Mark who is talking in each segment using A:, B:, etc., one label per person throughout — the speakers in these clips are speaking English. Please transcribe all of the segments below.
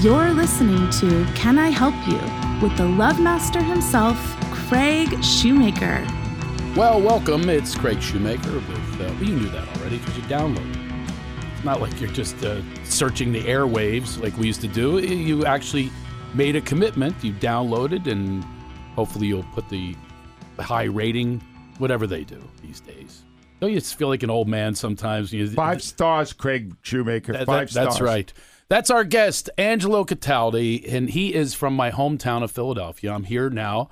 A: You're listening to Can I Help You with the Love Master himself, Craig Shoemaker.
B: Well, welcome. It's Craig Shoemaker with. Uh, well, you knew that already because you downloaded. it. It's not like you're just uh, searching the airwaves like we used to do. You actually made a commitment. You downloaded, and hopefully you'll put the high rating, whatever they do these days. Don't you feel like an old man sometimes? You,
C: Five stars, Craig Shoemaker.
B: That-
C: Five
B: that- That's
C: stars.
B: right. That's our guest, Angelo Cataldi, and he is from my hometown of Philadelphia. I'm here now.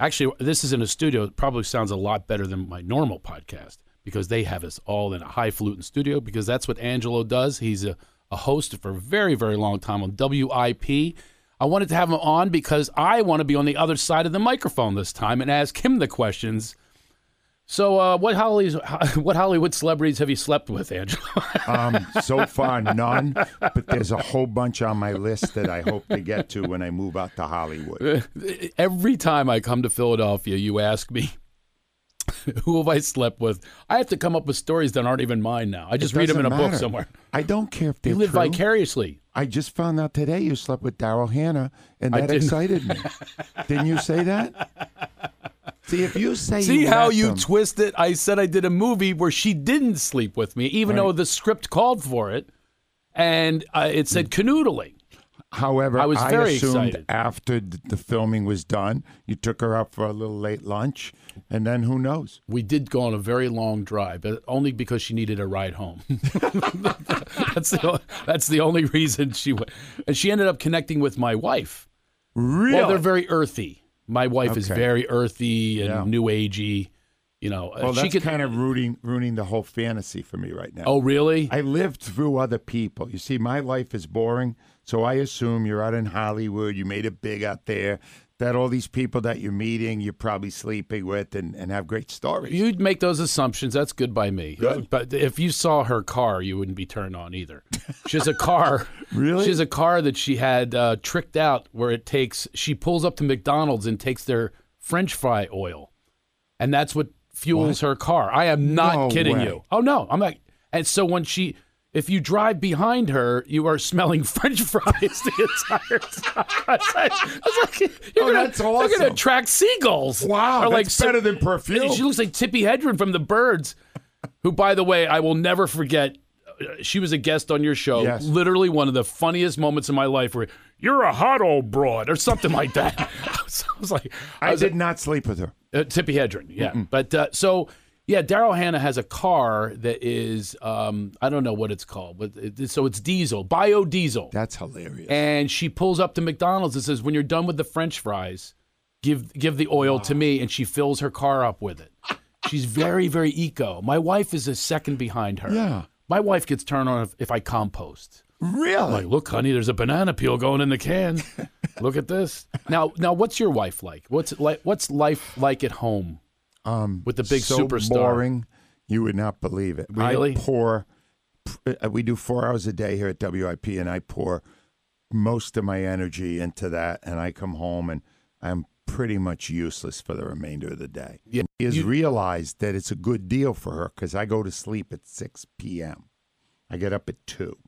B: Actually, this is in a studio. It probably sounds a lot better than my normal podcast because they have us all in a highfalutin studio because that's what Angelo does. He's a, a host for a very, very long time on WIP. I wanted to have him on because I want to be on the other side of the microphone this time and ask him the questions. So, uh, what, Holly's, what Hollywood celebrities have you slept with, Angelo?
C: Um, so far, none, but there's a whole bunch on my list that I hope to get to when I move out to
B: Uh,
C: Hollywood.
B: every time I come to Philadelphia, you ask me, who have I slept with? I have to come up with stories that aren't even mine now. I just read them in a
C: Doesn't
B: book
C: matter.
B: somewhere.
C: I don't care if they're
B: You live
C: true.
B: vicariously.
C: I just found out today you slept with Daryl Hannah, and
B: I
C: that
B: didn't.
C: excited me. didn't you say that? See if you say
B: See
C: you
B: how
C: met
B: you
C: them-
B: twist it? I said I did a movie where she didn't sleep with me, even
C: Right.
B: though the script called for it, and uh, it said
C: Hmm.
B: canoodling.
C: However,
B: I was very
C: assumed
B: excited.
C: after th- the filming was done, you took her out for a little late lunch, and then who knows?
B: We did go on a very long drive, but only because she needed a ride home. that's the that's the only reason she went, and she ended up connecting with my wife.
C: Really?
B: Well, they're very earthy. My wife is
C: Okay.
B: very earthy and
C: Yeah.
B: new agey. You know,
C: Well,
B: she
C: that's
B: could.
C: kind of ruining ruining the whole fantasy for me right now.
B: oh, really?
C: I lived through other people. You see, my life is boring, so I assume you're out in Hollywood, you made it big out there, that all these people that you're meeting, you're probably sleeping with, and, and have great stories.
B: You'd make those assumptions. That's good by me.
C: Good.
B: But if you saw her car, you wouldn't be turned on either. She has a car.
C: Really?
B: She has a car that she had uh, tricked out where it takes, she pulls up to McDonald's and takes their french fry oil. And that's what fuels her car. I am not
C: No
B: kidding
C: way.
B: you. Oh, no. I'm not. And so when she, if you drive behind her, you are smelling french fries the entire time. I was like, you're
C: Oh,
B: gonna,
C: that's
B: You're going to
C: awesome.
B: attract seagulls.
C: Wow,
B: Or
C: that's
B: so-
C: better than perfume.
B: and She looks like Tippi Hedren from The Birds, who, by the way, I will never forget. uh, She was a guest on your show.
C: Yes.
B: Literally one of the funniest moments in my life where you're a hot old broad or something like that. I, was, I was like,
C: I did not sleep with her.
B: uh, Tippi Hedren, yeah. But uh, so, yeah, Daryl Hannah has a car that is, um, I don't know what it's called, but it, so it's diesel, biodiesel.
C: That's hilarious.
B: and she pulls up to McDonald's and says, "When you're done with the French fries, give give the oil to me." And she fills her car up with it. She's very very eco. My wife is a second behind her.
C: Yeah.
B: my wife gets turned on if, if I compost.
C: really?
B: Like, look, honey, there's a banana peel going in the can. look at this. Now, now, what's your wife like? What's it like? What's life like at home? Um, with the big
C: so
B: superstar.
C: boring, you would not believe it.
B: Really?
C: I pour. uh, We do four hours a day here at WIP, and I pour most of my energy into that. And I come home, and I'm pretty much useless for the remainder of the day.
B: Yeah,
C: She has
B: you-
C: realized that it's a good deal for her because I go to sleep at 6 p.m. I get up at two,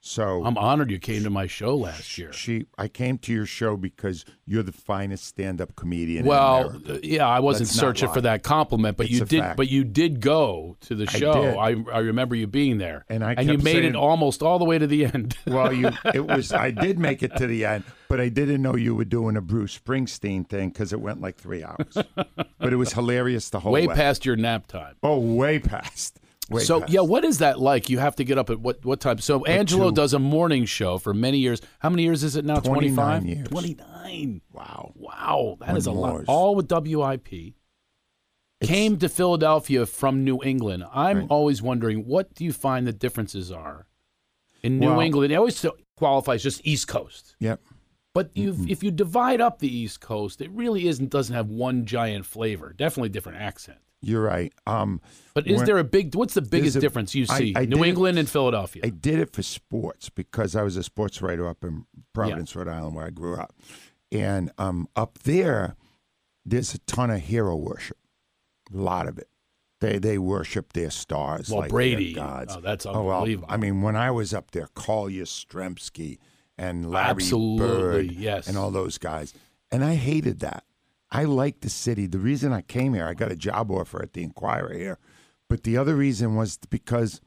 C: so
B: I'm honored you came to my show last year.
C: she. I came to your show because you're the finest stand-up comedian. in
B: Well,
C: America.
B: uh, yeah, I wasn't
C: Let's not
B: searching
C: lie.
B: for that compliment, but
C: It's
B: you
C: a
B: did.
C: fact.
B: But you did go to the
C: I
B: show.
C: did.
B: I, I, remember you being there,
C: And I
B: and you
C: kept
B: made it
C: saying-
B: almost all the way to the end.
C: Well, you it was I did make it to the end, but I didn't know you were doing a Bruce Springsteen thing because it went like three hours. But it was hilarious the whole
B: way
C: way.
B: past your nap time.
C: Oh, way past. Way
B: so
C: past.
B: yeah, what is that like? You have to get up at what what time? So Angelo
C: two.
B: does a morning show for many years. How many years is it now?
C: 29 years.
B: Twenty nine.
C: Wow.
B: Wow, that
C: One
B: is a lot.
C: more.
B: All with WIP. Came to Philadelphia from New England. I'm
C: Right.
B: always wondering what do you find the differences are in New
C: Well-
B: England? It always qualifies just East Coast,
C: Yep.
B: but you if you divide up the East Coast, it really isn't doesn't have one giant flavor. Definitely different accent.
C: You're right. Um,
B: But is
C: When-
B: there a big? What's the biggest
C: a-
B: difference you
C: I-
B: see?
C: I
B: New
C: did-
B: England and Philadelphia.
C: I did it for sports because I was a sports writer up in Providence, Rhode Island, where I grew up. And um, up there, there's a ton of hero worship, a lot of it. They they worship their stars.
B: Well,
C: like they're
B: Brady.
C: gods.
B: Oh, that's
C: well,
B: unbelievable.
C: I mean, when I was up there, Collier Stremski and Larry
B: Absolutely,
C: Bird
B: yes.
C: and all those guys. And I hated that. I liked the city. The reason I came here, I got a job offer at the Inquirer here, but the other reason was because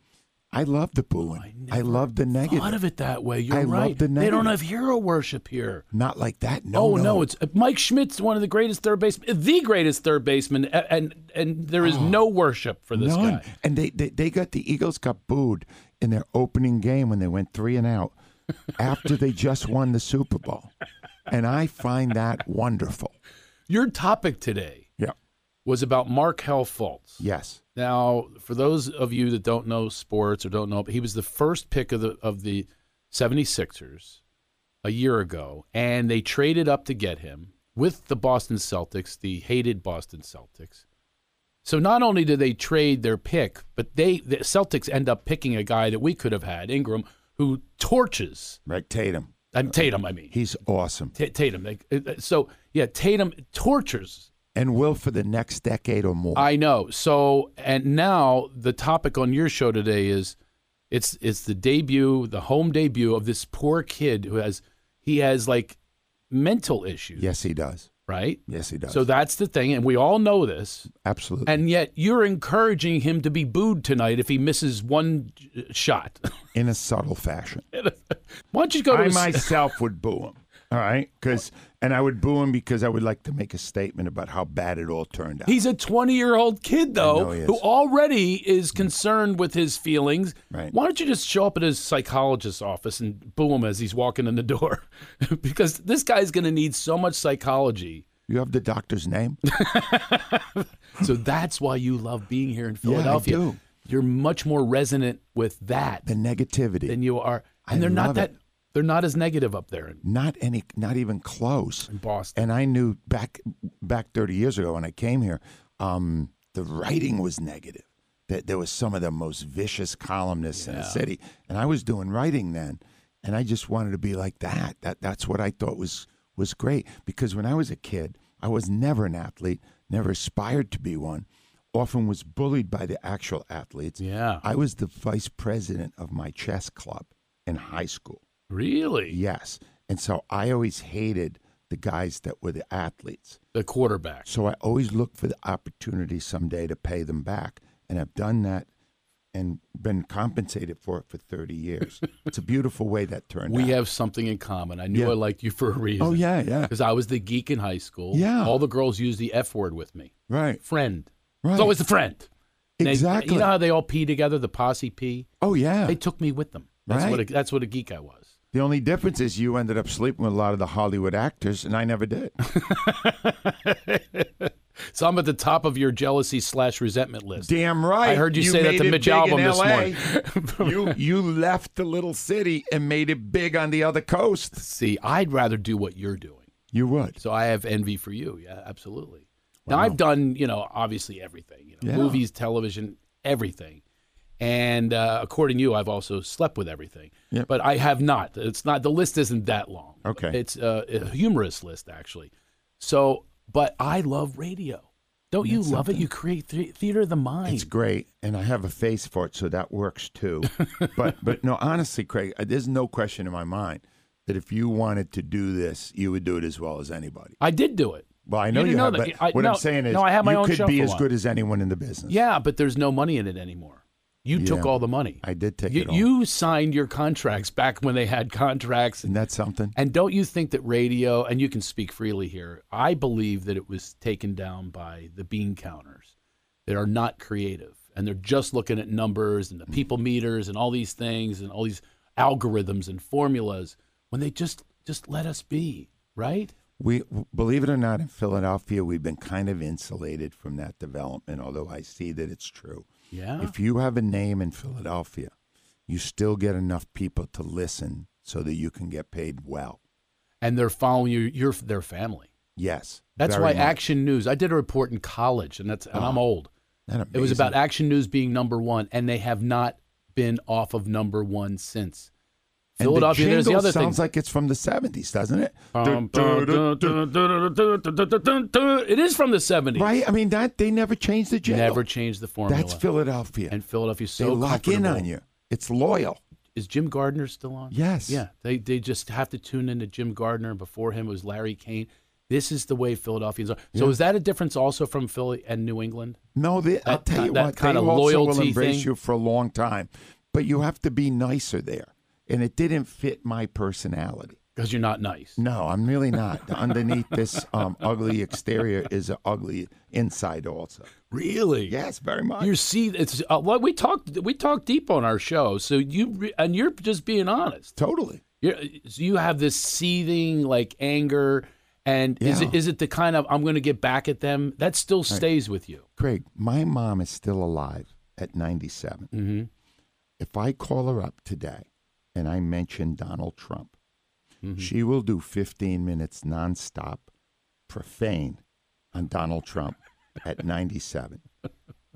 C: I loved the booing. I, loved the negative.
B: Thought of it that way. You're
C: I love
B: right.
C: the
B: they don't have
C: negative.
B: hero worship here.
C: Not like that. No.
B: oh no. it's Mike Schmidt's one of the greatest third basemen, uh, the greatest third baseman, a- and and there is no worship for this
C: Oh. None.
B: guy.
C: And they, they they got the Eagles got booed in their opening game when they went three and out after they just won the Super Bowl. And I find that wonderful.
B: Your topic today
C: Yeah.
B: was about Mark Helfaltz.
C: Yes.
B: Now, for those of you that don't know sports or don't know, he was the first pick of the of the 76ers a year ago, and they traded up to get him with the Boston Celtics, the hated Boston Celtics. So not only did they trade their pick, but they the Celtics end up picking a guy that we could have had, Ingram, who torches
C: Right. Tatum.
B: I'm Tatum, I mean.
C: He's awesome.
B: T- Tatum. They- So yeah, Tatum tortures
C: And will for the next decade or more.
B: I know. So, and now the topic on your show today is it's it's the debut, the home debut of this poor kid who has he has like mental issues,
C: yes, he does.
B: right?
C: Yes, he does.
B: So that's the thing, and we all know this.
C: Absolutely.
B: And yet, you're encouraging him to be booed tonight if he misses one uh, shot.
C: in a subtle fashion.
B: Why don't you go to
C: I
B: a s-
C: myself would boo him. All right, because and I would boo him because I would like to make a statement about how bad it all turned out.
B: He's a 20 year old kid, though,
C: know he is.
B: who already is concerned with his feelings.
C: Right.
B: Why don't you just show up at his psychologist's office and boo him as he's walking in the door? because this guy's going to need so much psychology.
C: you have the doctor's name.
B: So that's why you love being here in Philadelphia.
C: do.
B: You're much more resonant with that
C: The negativity.
B: than you are. And
C: I
B: they're not
C: love
B: that,
C: it.
B: they're not as negative up there in
C: not any not even close
B: Boston.
C: and i knew back back 30 years ago when i came here um, the writing was negative that there was some of the most vicious columnists in the city and i was doing writing then and i just wanted to be like that that that's what i thought was was great because when i was a kid i was never an athlete never aspired to be one often was bullied by the actual athletes
B: Yeah.
C: i was the vice president of my chess club in high school
B: Really?
C: Yes. And so I always hated the guys that were the athletes.
B: The quarterback.
C: So I always look for the opportunity someday to pay them back. And I've done that and been compensated for it for 30 years. it's a beautiful way that turned
B: We
C: out.
B: have something in common. I knew
C: Yeah.
B: I liked you for a reason.
C: oh, yeah, yeah.
B: Because I was the geek in high school.
C: Yeah.
B: All the girls used the F word with me.
C: Right,
B: Friend.
C: right.
B: It's always the friend. And they-
C: exactly.
B: you know how they all pee together, the posse pee?
C: oh, yeah.
B: They took me with them. That's, what a,
C: Right.
B: that's what a geek I was.
C: the only difference is you ended up sleeping with a lot of the Hollywood actors, and I never did.
B: So I'm at the top of your jealousy slash resentment list.
C: Damn right.
B: I heard you say that
C: made
B: to
C: it
B: Mitch
C: big in
B: Albom this
C: LA.
B: morning.
C: you, you left the little city and made it big on the other coast.
B: See, I'd rather do what you're doing.
C: You would.
B: So I have envy for you. Yeah, absolutely. Now I've done, you know, obviously everything, you know,
C: Yeah.
B: movies, television, everything. And uh, according to you, I've also slept with everything.
C: Yep.
B: But I have not. It's not the list isn't that long.
C: Okay.
B: It's uh, a humorous list actually. So, but I love radio. Don't you love it? You create th- theater of the mind.
C: It's great, and I have a face for it, so that works too. but but no, honestly, Craig, uh, there's no question in my mind that if you wanted to do this, you would do it as well as anybody.
B: I did do it.
C: Well, I know you,
B: didn't know
C: have,
B: that.
C: but
B: I-
C: what
B: no,
C: I'm saying is,
B: no, I had my
C: you
B: own show
C: could be
B: for a
C: as
B: while.
C: good as anyone in the business.
B: Yeah, but there's no money in it anymore. You took
C: Yeah.
B: all the money.
C: I did take
B: you,
C: it all.
B: you signed your contracts back when they had contracts
C: Isn't that something?
B: And don't you think that radio, and you can speak freely here, I believe that it was taken down by the bean counters that are not creative and they're just looking at numbers
C: Mm.
B: and the people meters and all these things and all these algorithms and formulas when they just just let us be, right?
C: We believe it or not, in Philadelphia, we've been kind of insulated from that development. Although I see that it's true.
B: Yeah.
C: If you have a name in Philadelphia, you still get enough people to listen so that you can get paid well.
B: and they're following you, you're their family.
C: Yes,
B: That's
C: very
B: why
C: much. Ah.
B: Action News. I did a report in college and that's and I'm old.
C: Isn't that
B: It was
C: amazing?
B: about Action News being number one, and they have not been off of number one since.
C: And
B: Philadelphia,
C: The
B: there's the
C: jingle
B: other thing.
C: sounds like it's from the seventies, doesn't it?
B: Bum,
C: Du-
B: bum,
C: du-
B: dun,
C: du-
B: dun, dun, dun, dun, dun, dun, dun. It is from the 70s.
C: Right? I mean, that they never changed the jingle.
B: Never changed the formula.
C: That's Philadelphia.
B: And Philadelphia's
C: they
B: so
C: lock in
B: comfortable.
C: on you. It's loyal.
B: is Jim Gardner still on?
C: Yes.
B: Yeah, they they just have to tune in to Jim Gardner. and Before him it was Larry Kane. This is the way Philadelphians are. So
C: Yeah.
B: is that a difference also from Philly and New England?
C: No, they, I'll
B: That-
C: tell you
B: that
C: what,
B: kind
C: they
B: of
C: also will
B: loyalty
C: embrace
B: thing.
C: you for a long time, but you have to be nicer there. And it didn't fit my personality.
B: Because you're not nice.
C: No, I'm really not. Underneath this um, ugly exterior is an ugly inside, also.
B: Really?
C: Yes, very much.
B: You see, it's uh, well, we talked we talked deep on our show. So you re- and you're just being honest.
C: totally.
B: You're, so you have this seething like anger, and is
C: Yeah.
B: it is it the kind of I'm going to get back at them that still stays with you?
C: Craig, my mom is still alive at 97.
B: Mm-hmm.
C: If I call her up today and I mention Donald Trump,
B: Mm-hmm.
C: she will do 15 minutes nonstop profane on Donald Trump at 97.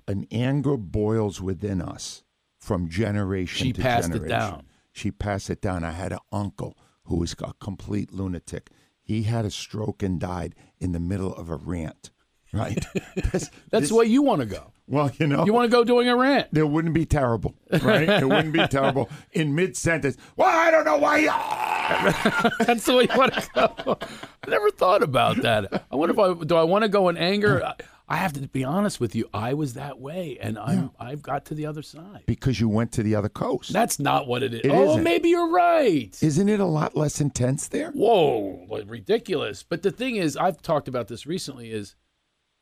C: An anger boils within us from generation
B: She
C: to
B: passed it
C: generation.
B: down.
C: She passed it down. I had an uncle who was a complete lunatic. He had a stroke and died in the middle of a rant. Right. This-
B: That's
C: this-
B: the way you want to go.
C: Well, you know,
B: You want to go doing a rant.
C: it wouldn't be terrible, right? it wouldn't be terrible in mid sentence. Well, I don't know why.
B: That's the way you want to go. I never thought about that. I wonder if I do. I want to go in anger. I, I have to be honest with you. I was that way, and I'm I've got to the other side.
C: Because you went to the other coast.
B: That's not what it is.
C: It
B: oh,
C: isn't.
B: maybe you're right.
C: Isn't it a lot less intense there?
B: whoa like, ridiculous but the thing is i've talked about this recently is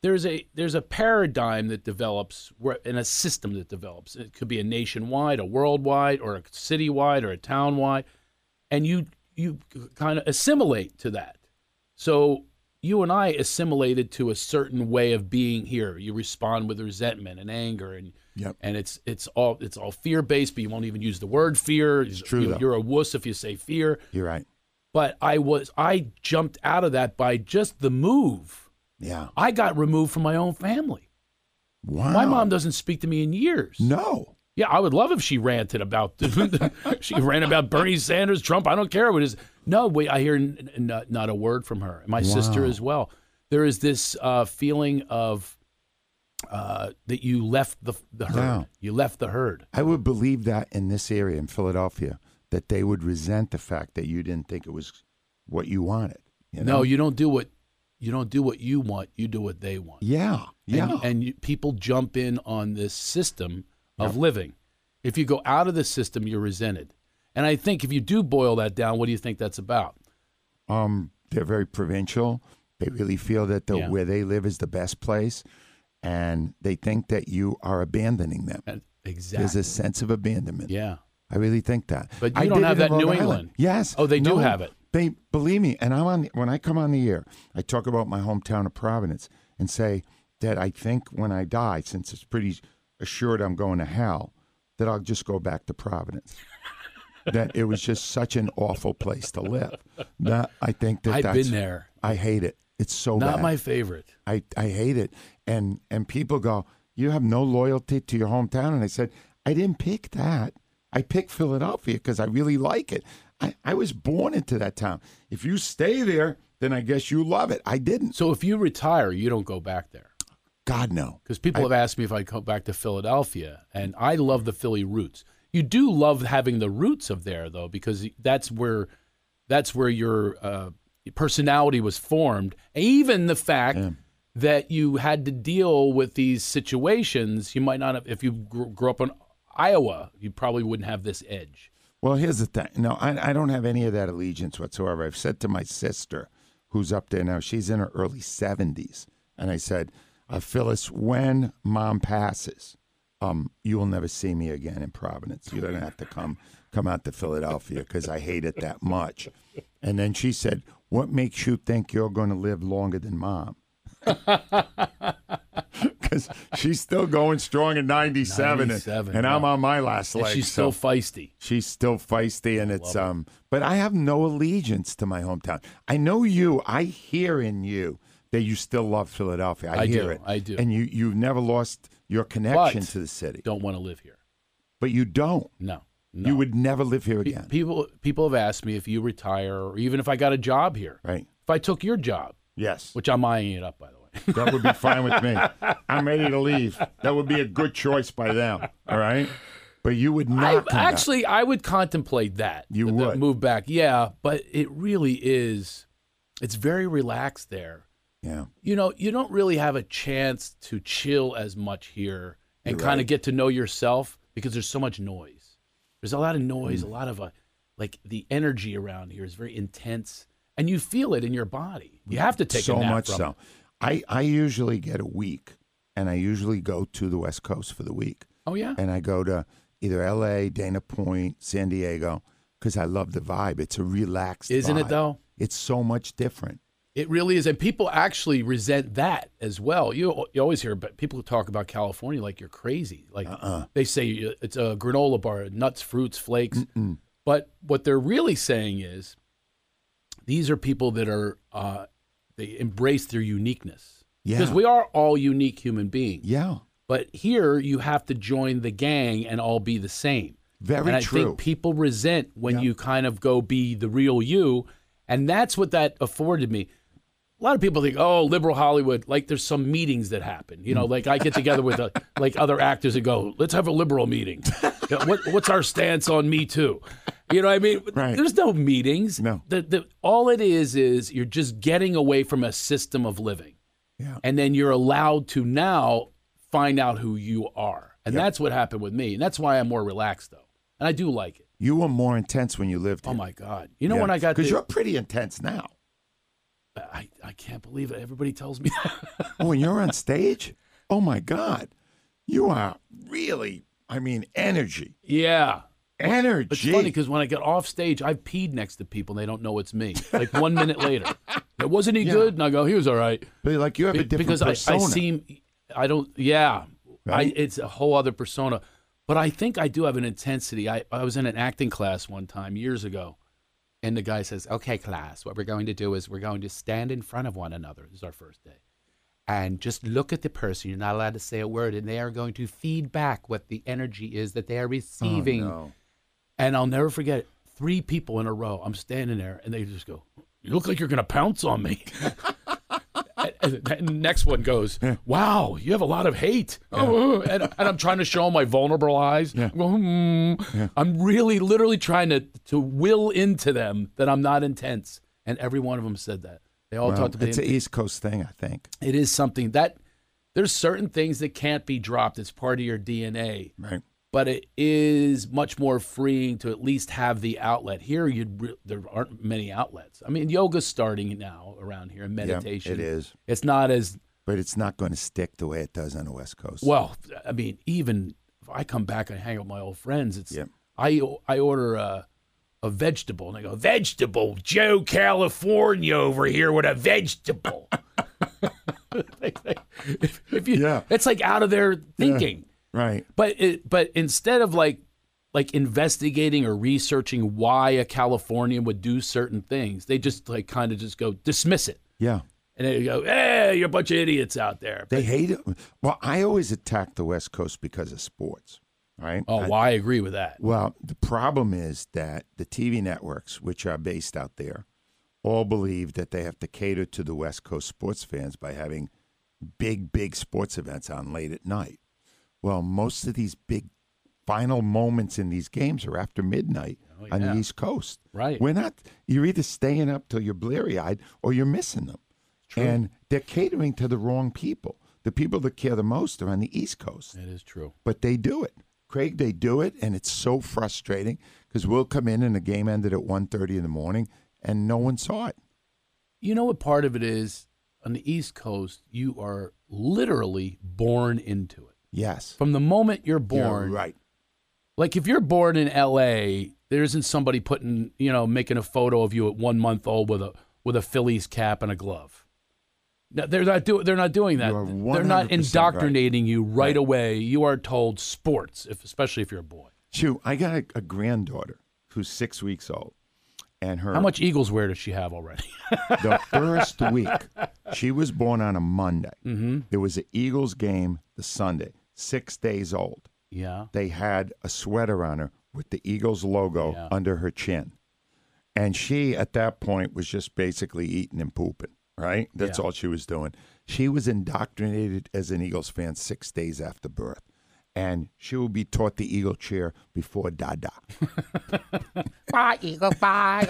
B: there's a there's a paradigm that develops where and a system that develops it could be a nationwide a worldwide or a citywide or a townwide and you you kind of assimilate to that so you and i assimilated to a certain way of being here you respond with resentment and anger and
C: Yep.
B: and it's it's all it's all fear based but you won't even use the word fear it's
C: true,
B: you,
C: though.
B: you're a wuss if you say fear
C: You're right.
B: but I was I jumped out of that by just the move.
C: Yeah.
B: I got removed from my own family.
C: Wow.
B: My mom doesn't speak to me in years.
C: Oh. No.
B: Yeah, I would love if she ranted about she ran about Bernie Sanders, Trump. I don't care what it is. No, wait, I hear n- n- not, not a word from her. My sister
C: Wow.
B: as well. There is this uh, feeling of uh, that you left the, the herd.
C: Yeah.
B: You left the herd.
C: I would believe that in this area in Philadelphia, that they would resent the fact that you didn't think it was what you wanted. You know?
B: No, you don't do what you don't do what you want. You do what they want.
C: Yeah. Yeah.
B: And, and you, people jump in on this system of living. If you go out of the system, you're resented. And I think if you do boil that down, what do you think that's about?
C: Um, they're very provincial. They really feel that the
B: Yeah.
C: where they live is the best place, and they think that you are abandoning them.
B: And-
C: There's
B: E, Exactly.
C: a sense of abandonment.
B: Yeah.
C: I really think that.
B: But you
C: I
B: don't
C: did
B: have
C: it
B: that in
C: in Rhode
B: New
C: Island.
B: England.
C: Yes.
B: Oh, they do
C: No,
B: have it.
C: They believe me, and I'm on. The, when I come on the air, I talk about my hometown of Providence and say that I think when I die, since it's pretty assured I'm going to hell, that I'll just go back to Providence. that it was just such an awful place to live. That I think that
B: I've
C: that's,
B: been there.
C: I hate it. It's so
B: Not
C: bad.
B: my favorite.
C: I, I hate it. And and people go, You have no loyalty to your hometown. And I said, I didn't pick that. I picked Philadelphia because I really like it. I, I was born into that town. If you stay there, then I guess you love it. I didn't.
B: So if you retire, you don't go back there.
C: God no.
B: Because people have asked me if I go back to Philadelphia, and I love the Philly roots. You do love having the roots of there, though, because that's where that's where your uh, personality was formed. Even the fact that you had to deal with these situations, you might not have. If you gr- grew up in Iowa, you probably wouldn't have this edge.
C: Well, here's the thing. No, I, I don't have any of that allegiance whatsoever. I've said to my sister, who's up there now, she's in her early 70s. And I said, uh, Phyllis, when mom passes, um, you will never see me again in Providence. You don't have to come come out to Philadelphia because I hate it that much. And then she said, What makes you think you're going to live longer than mom? Because she's still going strong at 97, and-
B: 97,
C: and, I'm
B: yeah.
C: on my last
B: And
C: leg.
B: she's
C: so-
B: still feisty.
C: She's still feisty, and it's um. But I have no allegiance to my hometown. I know you. I hear in you that you still love Philadelphia. I,
B: I
C: hear
B: do,
C: it.
B: I do.
C: And you you've never lost your connection
B: But-
C: to the city,
B: Don't want to live here.
C: but you don't.
B: No, no.
C: You would never live here
B: Pe-
C: again,
B: people people have asked me if you retire, or even if I got a job here,
C: right?
B: if I took your job.
C: Yes,
B: which I'm eyeing it up by the way.
C: that would be fine with me. I'm ready to leave. That would be a good choice by them. All right. But you would not
B: I,
C: come back.
B: actually, I would contemplate that.
C: You
B: that- that
C: would.
B: move back, yeah. But it really is. It's very relaxed there.
C: Yeah.
B: You know, you don't really have a chance to chill as much here and
C: You're
B: kind of
C: right.
B: get to know yourself because there's so much noise. There's a lot of noise,
C: Mm.
B: a lot of uh like the energy around here is very intense, and you feel it in your body. You have to take
C: Mm. so
B: a nap
C: much
B: from
C: so. I, I usually get a week, and I usually go to the West Coast for the week.
B: Oh yeah,
C: And I go to either L.A., Dana Point, San Diego, because I love the vibe. It's a relaxed
B: isn't it
C: vibe.
B: though?
C: It's so much different.
B: It really is, and people actually resent that as well. You you always hear, but people talk about California like you're crazy. Like
C: Uh-uh.
B: they say uh, it's a granola bar, nuts, fruits, flakes. But what they're really saying is, these are people that are uh, they embrace their uniqueness
C: Yeah.
B: because we are all unique human beings.
C: yeah.
B: But here you have to join the gang and all be the same.
C: Very
B: and I
C: true.
B: think people resent when
C: Yeah.
B: you kind of go be the real you. And that's what that afforded me. A lot of people think, oh, liberal Hollywood, like there's some meetings that happen. You know,
C: Mm.
B: like I get together with uh like other actors and go, let's have a liberal meeting. Yeah, what, what's our stance on Me Too? You know what I mean?
C: Right.
B: There's no meetings.
C: No.
B: The, the, all it is is you're just getting away from a system of living
C: yeah.
B: and then you're allowed to now find out who you are. And that's what happened with me. And that's why I'm more relaxed though. And I do like it.
C: You were more intense when you lived
B: Oh
C: here.
B: my God. You know when I got
C: Because you're
B: to,
C: pretty intense now.
B: I, I can't believe it. Everybody tells me
C: Oh, when you're on stage, oh my God, you are really, I mean, energy.
B: Yeah.
C: Energy.
B: It's funny because when I get off stage, I've peed next to people and they don't know it's me. Like one minute later. It wasn't he
C: Yeah.
B: good? And I go, he was all right.
C: But like you have a
B: Be-
C: different
B: because I, I
C: persona.
B: seem I don't yeah I,
C: Right?
B: it's a whole other persona but I think I do have an intensity I, I was in an acting class one time years ago and the guy says okay class what we're going to do is we're going to stand in front of one another this is our first day and just look at the person you're not allowed to say a word and they are going to feed back what the energy is that
C: Oh,
B: they are receiving
C: no.
B: and I'll never forget it. Three people in a row. I'm standing there, and they just go, "You look like you're gonna pounce on me." and, and the next one goes, "Wow, you have a lot of hate." Oh, and, and I'm trying to show my vulnerable eyes.
C: Yeah.
B: I'm, going, "Hmm." I'm really, literally trying to to will into them that I'm not intense. And every one of them said that. They all
C: Well,
B: talked about
C: it's an East Coast thing, I think.
B: it is something that there's certain things that can't be dropped. It's part of your DNA
C: Right.
B: but it is much more freeing to at least have the outlet. Here, you would re- there aren't many outlets. I mean, yoga's starting now around here, and meditation.
C: it is.
B: It's not as
C: But it's not going to stick the way it does on the West Coast.
B: well. I mean, even if I come back and hang out with my old friends, it's
C: Yeah.
B: I I order a a vegetable, and I go vegetable Joe California over here with a vegetable. if, if you,
C: Yeah.
B: it's like out of their thinking.
C: right.
B: But it, but instead of like like investigating or researching why a Californian would do certain things, they just like kind of just go dismiss it,
C: Yeah.
B: and they go, "Hey, you're a bunch of idiots out there."
C: They hate it. Well, I always attack the West Coast because of sports, right?
B: oh, well, I agree with that.
C: Well, the problem is that the TV networks, which are based out there, all believe that they have to cater to the West Coast sports fans by having big, big sports events on late at night. Well, most of these big final moments in these games are after midnight on the East Coast.
B: Oh, Right.
C: We're not, you're either staying up till you're bleary eyed or you're missing them.
B: True.
C: And they're catering to the wrong people. The people that care the most are on the East Coast
B: That is true.
C: but they do it. Craig, they do it, and it's so frustrating because we'll come in and the game ended at 1.30 in the morning, and no one saw it.
B: You know what part of it is? On the East Coast, you are literally born into it.
C: Yes.
B: From the moment you're
C: You're
B: born,
C: right.
B: Like if you're born in L.A., there isn't somebody putting, you know, making a photo of you at one month old with a with a Phillies cap and a glove. No, they're not doing. They're not doing that.
C: You are
B: They're not
C: 100%
B: indoctrinating you right,
C: Right.
B: away. You are told sports, if, especially if you're a boy.
C: Shoot, I got a, a granddaughter who's six weeks old, and her
B: How much Eagles wear does she have already?
C: the first week she was born on a Monday. Mm-hmm. There was an Eagles game the Sunday, six days old.
B: yeah.
C: they had a sweater on her with the Eagles logo
B: Yeah.
C: under her chin. And she, at that point, was just basically eating and pooping, right? That's
B: Yeah.
C: all she was doing. She was indoctrinated as an Eagles fan six days after birth. and she will be taught the eagle chair before Dada.
D: Bye, Eagle. Bye.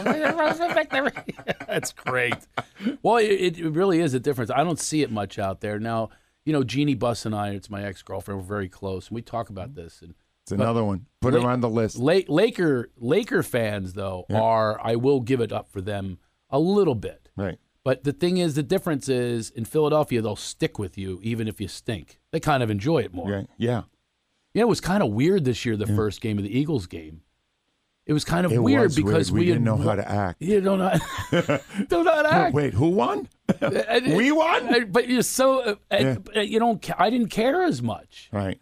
B: That's great. well, it, it really is a difference. I don't see it much out there now. You know, Jeannie Buss and I, it's my ex girlfriend. We're very close, and we talk about
C: Mm-hmm.
B: this. And
C: It's another one. Put her on the list.
B: Lake, Laker Laker fans though are I will give it up for them a little bit.
C: Right.
B: But the thing is, the difference is in Philadelphia they'll stick with you even if you stink. They kind of enjoy it more.
C: Yeah. Yeah.
B: You know, it was kind of weird this year. The first game of the Eagles game, it was kind of
C: It
B: weird
C: was
B: because
C: We,
B: we,
C: didn't
B: had-
C: know how to act.
B: You don't know, do not act.
C: Wait, who won?
B: And it-
C: we won.
B: and- But you're so uh,
C: Yeah.
B: uh, you don't. ca- I didn't care as much.
C: Right.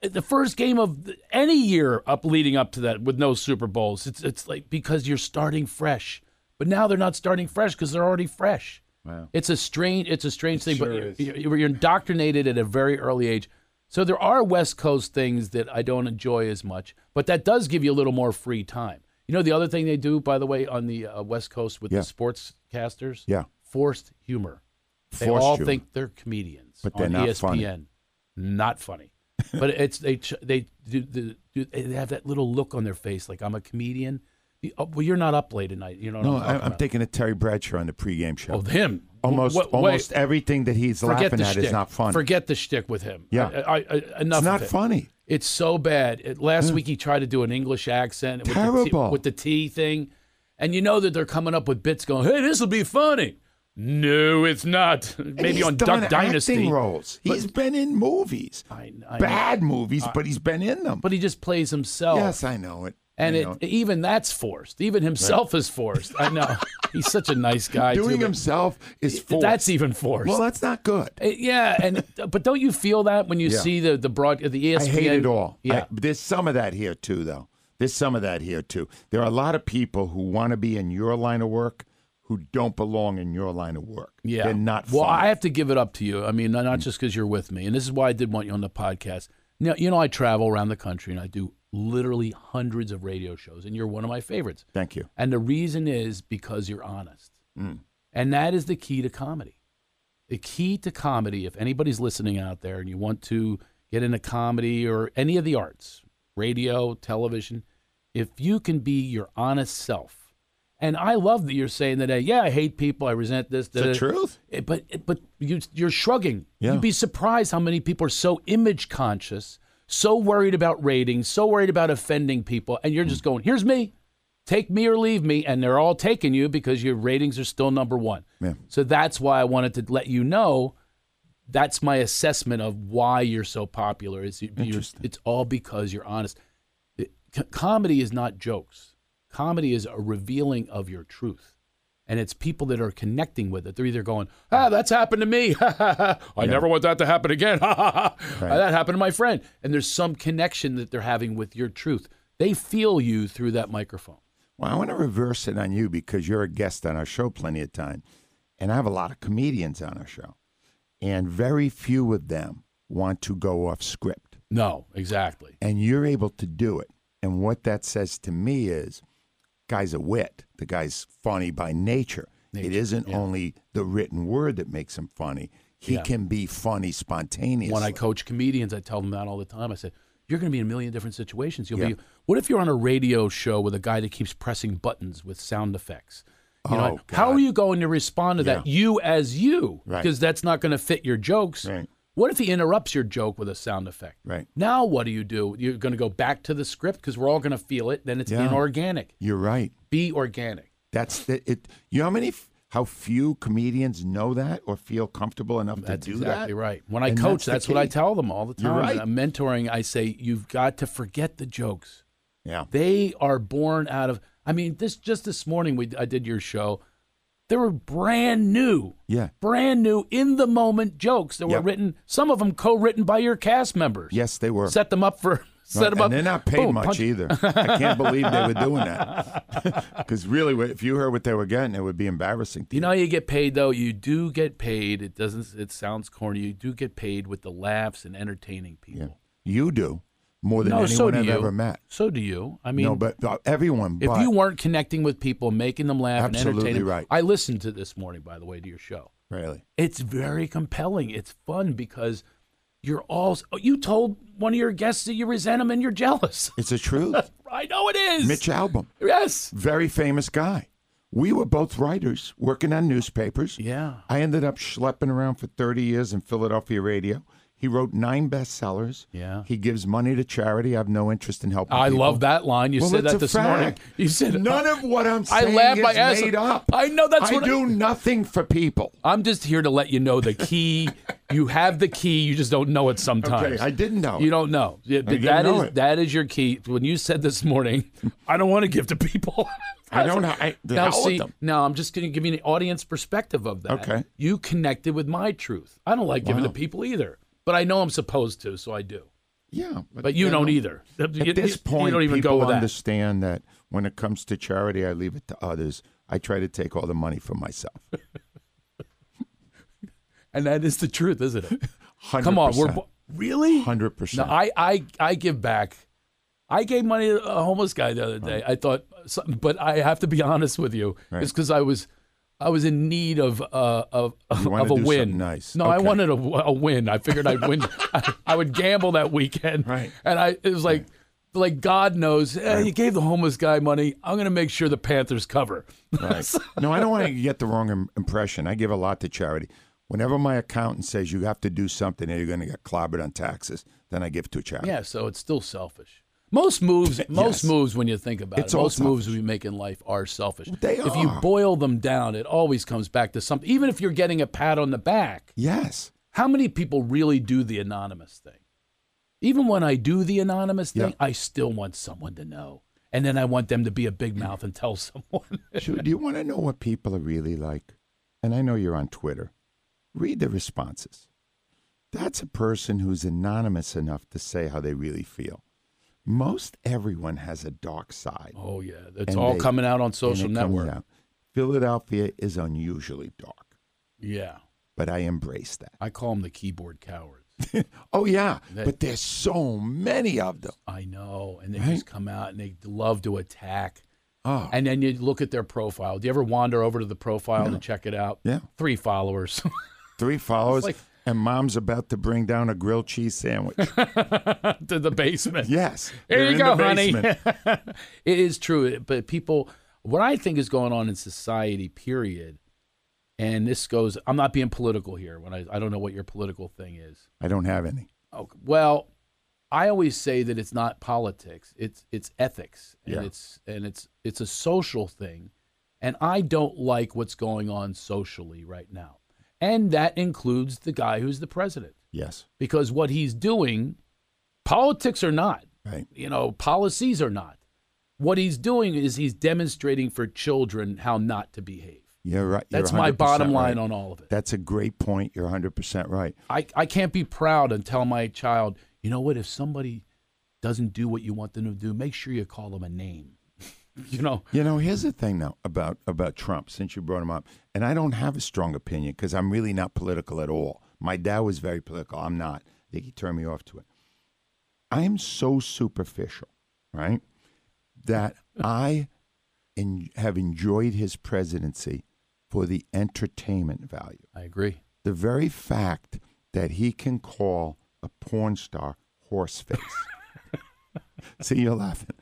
B: the first game of th- any year up leading up to that with no Super Bowls. It's it's like because you're starting fresh, but now they're not starting fresh because they're already fresh.
C: Wow.
B: It's a strange it's a strange thing,
C: sure
B: but
C: is.
B: you- you- you're indoctrinated at a very early age. So there are West Coast things that I don't enjoy as much, but that does give you a little more free time. You know the other thing they do, by the way, on the uh, West Coast with
C: Yeah.
B: the sportscasters,
C: Yeah.
B: forced humor. They
C: Forced
B: all
C: humor.
B: think they're comedians,
C: But they're
B: on E
C: not
B: ESPN.
C: funny.
B: Not funny, but it's they ch- they do, do, do they have that little look on their face like I'm a comedian. You- oh, well, you're not up late at night. You know what
C: No,
B: I'm talking
C: I, I'm
B: about.
C: thinking of Terry Bradshaw on the pregame show.
B: Oh, him.
C: almost,
B: What- wait,
C: almost everything that he's
B: forget
C: laughing
B: the
C: at
B: shtick.
C: is not funny.
B: Forget the shtick with him.
C: Yeah.
B: I, I, I, enough.
C: it's not
B: of it.
C: funny.
B: It's so bad. It- last week he tried to do an English accent with The
C: Terrible.
B: t- with the T thing, and you know that they're coming up with bits going, "Hey, this will be funny." No, it's not.
C: And
B: Maybe
C: he's
B: on
C: done
B: Duck Dynasty.
C: acting roles.
B: But-
C: he's been in movies,
B: I, I know.
C: bad movies, but he's been in them.
B: but he just plays himself.
C: yes, I know it.
B: and
C: I
B: it,
C: know
B: even that's forced. Even himself is forced. I know. He's such a nice guy. too,
C: doing
B: but
C: himself is forced.
B: That's even forced.
C: well, that's not good.
B: Uh, yeah, and but don't you feel that when you
C: Yeah.
B: see the the broad the E ESPN?
C: I hate it all.
B: Yeah,
C: I- there's some of that here too, though. There's some of that here too. There are a lot of people who want to be in your line of work who don't belong in your line of work.
B: yeah.
C: they're not.
B: Well,
C: funny. Mm.
B: I have to give it up to you. I mean, not not just because you're with me, and this is why I did want you on the podcast. Now, you know, I travel around the country and I do literally hundreds of radio shows, and you're one of my favorites.
C: Thank you.
B: And the reason is because you're honest. And that is the key to comedy. The key to comedy, if anybody's listening out there and you want to get into comedy or any of the arts, radio, television, if you can be your honest self. And I love that you're saying that, uh, yeah, I hate people, I resent this.
C: It's
B: da-
C: the
B: da-
C: truth.
B: Eh, But but you you're shrugging.
C: Yeah.
B: You'd be surprised how many people are so image conscious, so worried about ratings, so worried about offending people, and you're just going, "Here's me, take me or leave me," and they're all taking you because your ratings are still number one.
C: Yeah.
B: So that's why I wanted to let you know. That's my assessment of why you're so popular. Is you- you're,
C: Interesting.
B: it's all because you're honest. It- c- comedy is not jokes. Comedy is a revealing of your truth and it's people that are connecting with it. They're either going, "Ah, that's happened to me. I never want that to happen again. That happened to my friend." And there's some connection that they're having with your truth. They feel you through that microphone.
C: Well, I want to reverse it on you because you're a guest on our show plenty of time, and I have a lot of comedians on our show, and very few of them want to go off script.
B: No, exactly.
C: and you're able to do it. And what that says to me is, guy's a wit. The guy's funny by nature. it isn't only the written word that makes him funny. He
B: Yeah.
C: can be funny spontaneously.
B: When I coach comedians, I tell them that all the time. I said, "You're going to be in a million different situations. You'll be. What if you're on a radio show with a guy that keeps pressing buttons with sound effects?" You know,
C: Oh,
B: how
C: God.
B: are you going to respond to that? You as you,
C: Right.
B: because that's not going to fit your jokes.
C: Right.
B: What if he interrupts your joke with a sound effect?
C: Right.
B: Now what do you do? You're going to go back to the script because we're all going to feel it. Then it's
C: Yeah.
B: inorganic.
C: You're right.
B: Be organic.
C: That's the, it. You know how many, f- how few comedians know that or feel comfortable enough
B: That's
C: to do
B: exactly
C: that?
B: right. When I
C: And
B: coach,
C: the
B: that's, what I
C: key.
B: tell them all the
C: You're
B: time.
C: right.
B: When I'm mentoring. I say you've got to forget the jokes.
C: Yeah.
B: They are born out of. I mean, this just this morning we I did your show. They were brand new,
C: Yeah.
B: brand new in the moment jokes that were
C: Yep.
B: written. Some of them co-written by your cast members.
C: Yes, they were.
B: Set them up for. Set
C: Right,
B: them
C: and
B: up.
C: they're not paid
B: Boom,
C: much e-
B: punch-
C: either. I can't believe they were doing that. Because really, if you heard what they were getting, it would be embarrassing. To
B: You know how you get paid though? You do get paid. It doesn't it sounds corny. You do get paid with the laughs and entertaining people.
C: You do more than
B: No,
C: anyone
B: so do
C: I've
B: you.
C: ever met.
B: So do you. I mean
C: no, but uh, everyone.
B: if
C: but,
B: you weren't connecting with people, making them laugh and
C: Absolutely
B: entertaining
C: right.
B: I listened to this morning, by the way, to your show.
C: really,
B: It's very compelling. It's fun because You're all. oh, You told one of your guests that you resent him and you're jealous.
C: It's the truth.
B: I know it is.
C: Mitch Album,
B: Yes.
C: very famous guy. We were both writers working on newspapers.
B: Yeah.
C: I ended up schlepping around for 30 years in Philadelphia radio. He wrote nine bestsellers.
B: Yeah.
C: He gives money to charity. I have no interest in helping.
B: I
C: people.
B: love that line. You
C: Well,
B: said
C: it's
B: that
C: a
B: this
C: fact.
B: morning. You said "Oh,
C: None of what I'm
B: I
C: saying
B: laugh
C: is
B: my ass-
C: made up.
B: I know, that's
C: I
B: what I-
C: do nothing for people.
B: I'm just here to let you know the key. you have the key. You just don't know it sometimes.
C: Okay, I didn't know.
B: You don't know. Yeah,
C: didn't
B: that
C: know
B: is-
C: it.
B: that is your key. When you said this morning, I don't want to give to people.
C: I don't know. I, the
B: Now
C: hell with
B: see,
C: them.
B: now I'm just going to give you an audience perspective of that.
C: Okay.
B: You connected with my truth. I don't like giving to people either, but I know I'm supposed to, so I do.
C: Yeah,
B: But you don't either. At
C: At this point, people understand that when it comes to charity, I leave it to others. I try to take all the money for myself.
B: And that is the truth, isn't it? Come on, we're bo- really
C: hundred
B: No,
C: percent.
B: I, I I give back. I gave money to a homeless guy the other
C: Oh.
B: day. I thought, something, but I have to be honest with you. It's because I was, I was in need of uh, of
C: wanted
B: of a
C: to do
B: win.
C: something nice.
B: No, I
C: Okay.
B: wanted a, a win. I figured I'd win. I, I would gamble that weekend.
C: Right.
B: And I it was like, like God knows, eh, you gave the homeless guy money. I'm gonna make sure the Panthers cover.
C: Right. No, I don't want to get the wrong im- impression. I give a lot to charity. Whenever my accountant says you have to do something or you're going to get clobbered on taxes, then I give to a charity.
B: Yeah, so it's still selfish. Most moves, most
C: Yes.
B: moves, when you think about
C: It's
B: it,
C: all
B: most moves we make in life are selfish.
C: They
B: If you
C: are.
B: boil them down, it always comes back to something. Even if you're getting a pat on the back,
C: Yes.
B: how many people really do the anonymous thing? Even when I do the anonymous thing,
C: Yeah.
B: I still want someone to know, and then I want them to be a big mouth and tell someone.
C: Sure. Do you want to know what people are really like? And I know you're on Twitter. Read the responses. That's a person who's anonymous enough to say how they really feel. Most everyone has a dark side.
B: oh yeah, it's
C: And
B: all
C: they-
B: coming out on
C: and it
B: social
C: comes
B: network.
C: out. Philadelphia is unusually dark,
B: Yeah,
C: but I embrace that.
B: I call them the keyboard cowards.
C: Oh yeah,
B: That-
C: but there's so many of them.
B: I know, and they
C: Right.
B: just come out and they love to attack.
C: Oh,
B: And then you look at their profile. Do you ever wander over to the profile to check it out?
C: Yeah.
B: Three followers.
C: three followers,
B: like-
C: and mom's about to bring down a grilled cheese sandwich.
B: to the basement.
C: yes,
B: Here
C: they're
B: you
C: in
B: go,
C: the
B: honey.
C: basement.
B: it is true. But people, what I think is going on in society, period, and this goes, I'm not being political here. When I, I don't know what your political thing is.
C: I don't have any.
B: Oh, well, I always say that it's not politics. It's it's ethics, and
C: Yeah.
B: it's and it's it's a social thing, and I don't like what's going on socially right now, and that includes the guy who's the president
C: Yes,
B: because what he's doing, politics or not,
C: right.
B: you know, policies or not, what he's doing is he's demonstrating for children how not to behave.
C: You're right.
B: That's
C: You're
B: my
C: 100%
B: bottom line
C: right.
B: on all of it.
C: That's a great point. You're 100 percent right.
B: I, I can't be proud and tell my child, you know what, if somebody doesn't do what you want them to do, make sure you call them a name. you know,
C: You know, here's the thing now about about Trump. Since you brought him up, and I don't have a strong opinion because I'm really not political at all. My dad was very political. I'm not. I think he turned me off to it. I am so superficial, right? That I en- have enjoyed his presidency for the entertainment value.
B: I agree.
C: The very fact that he can call a porn star horseface. See, you're laughing.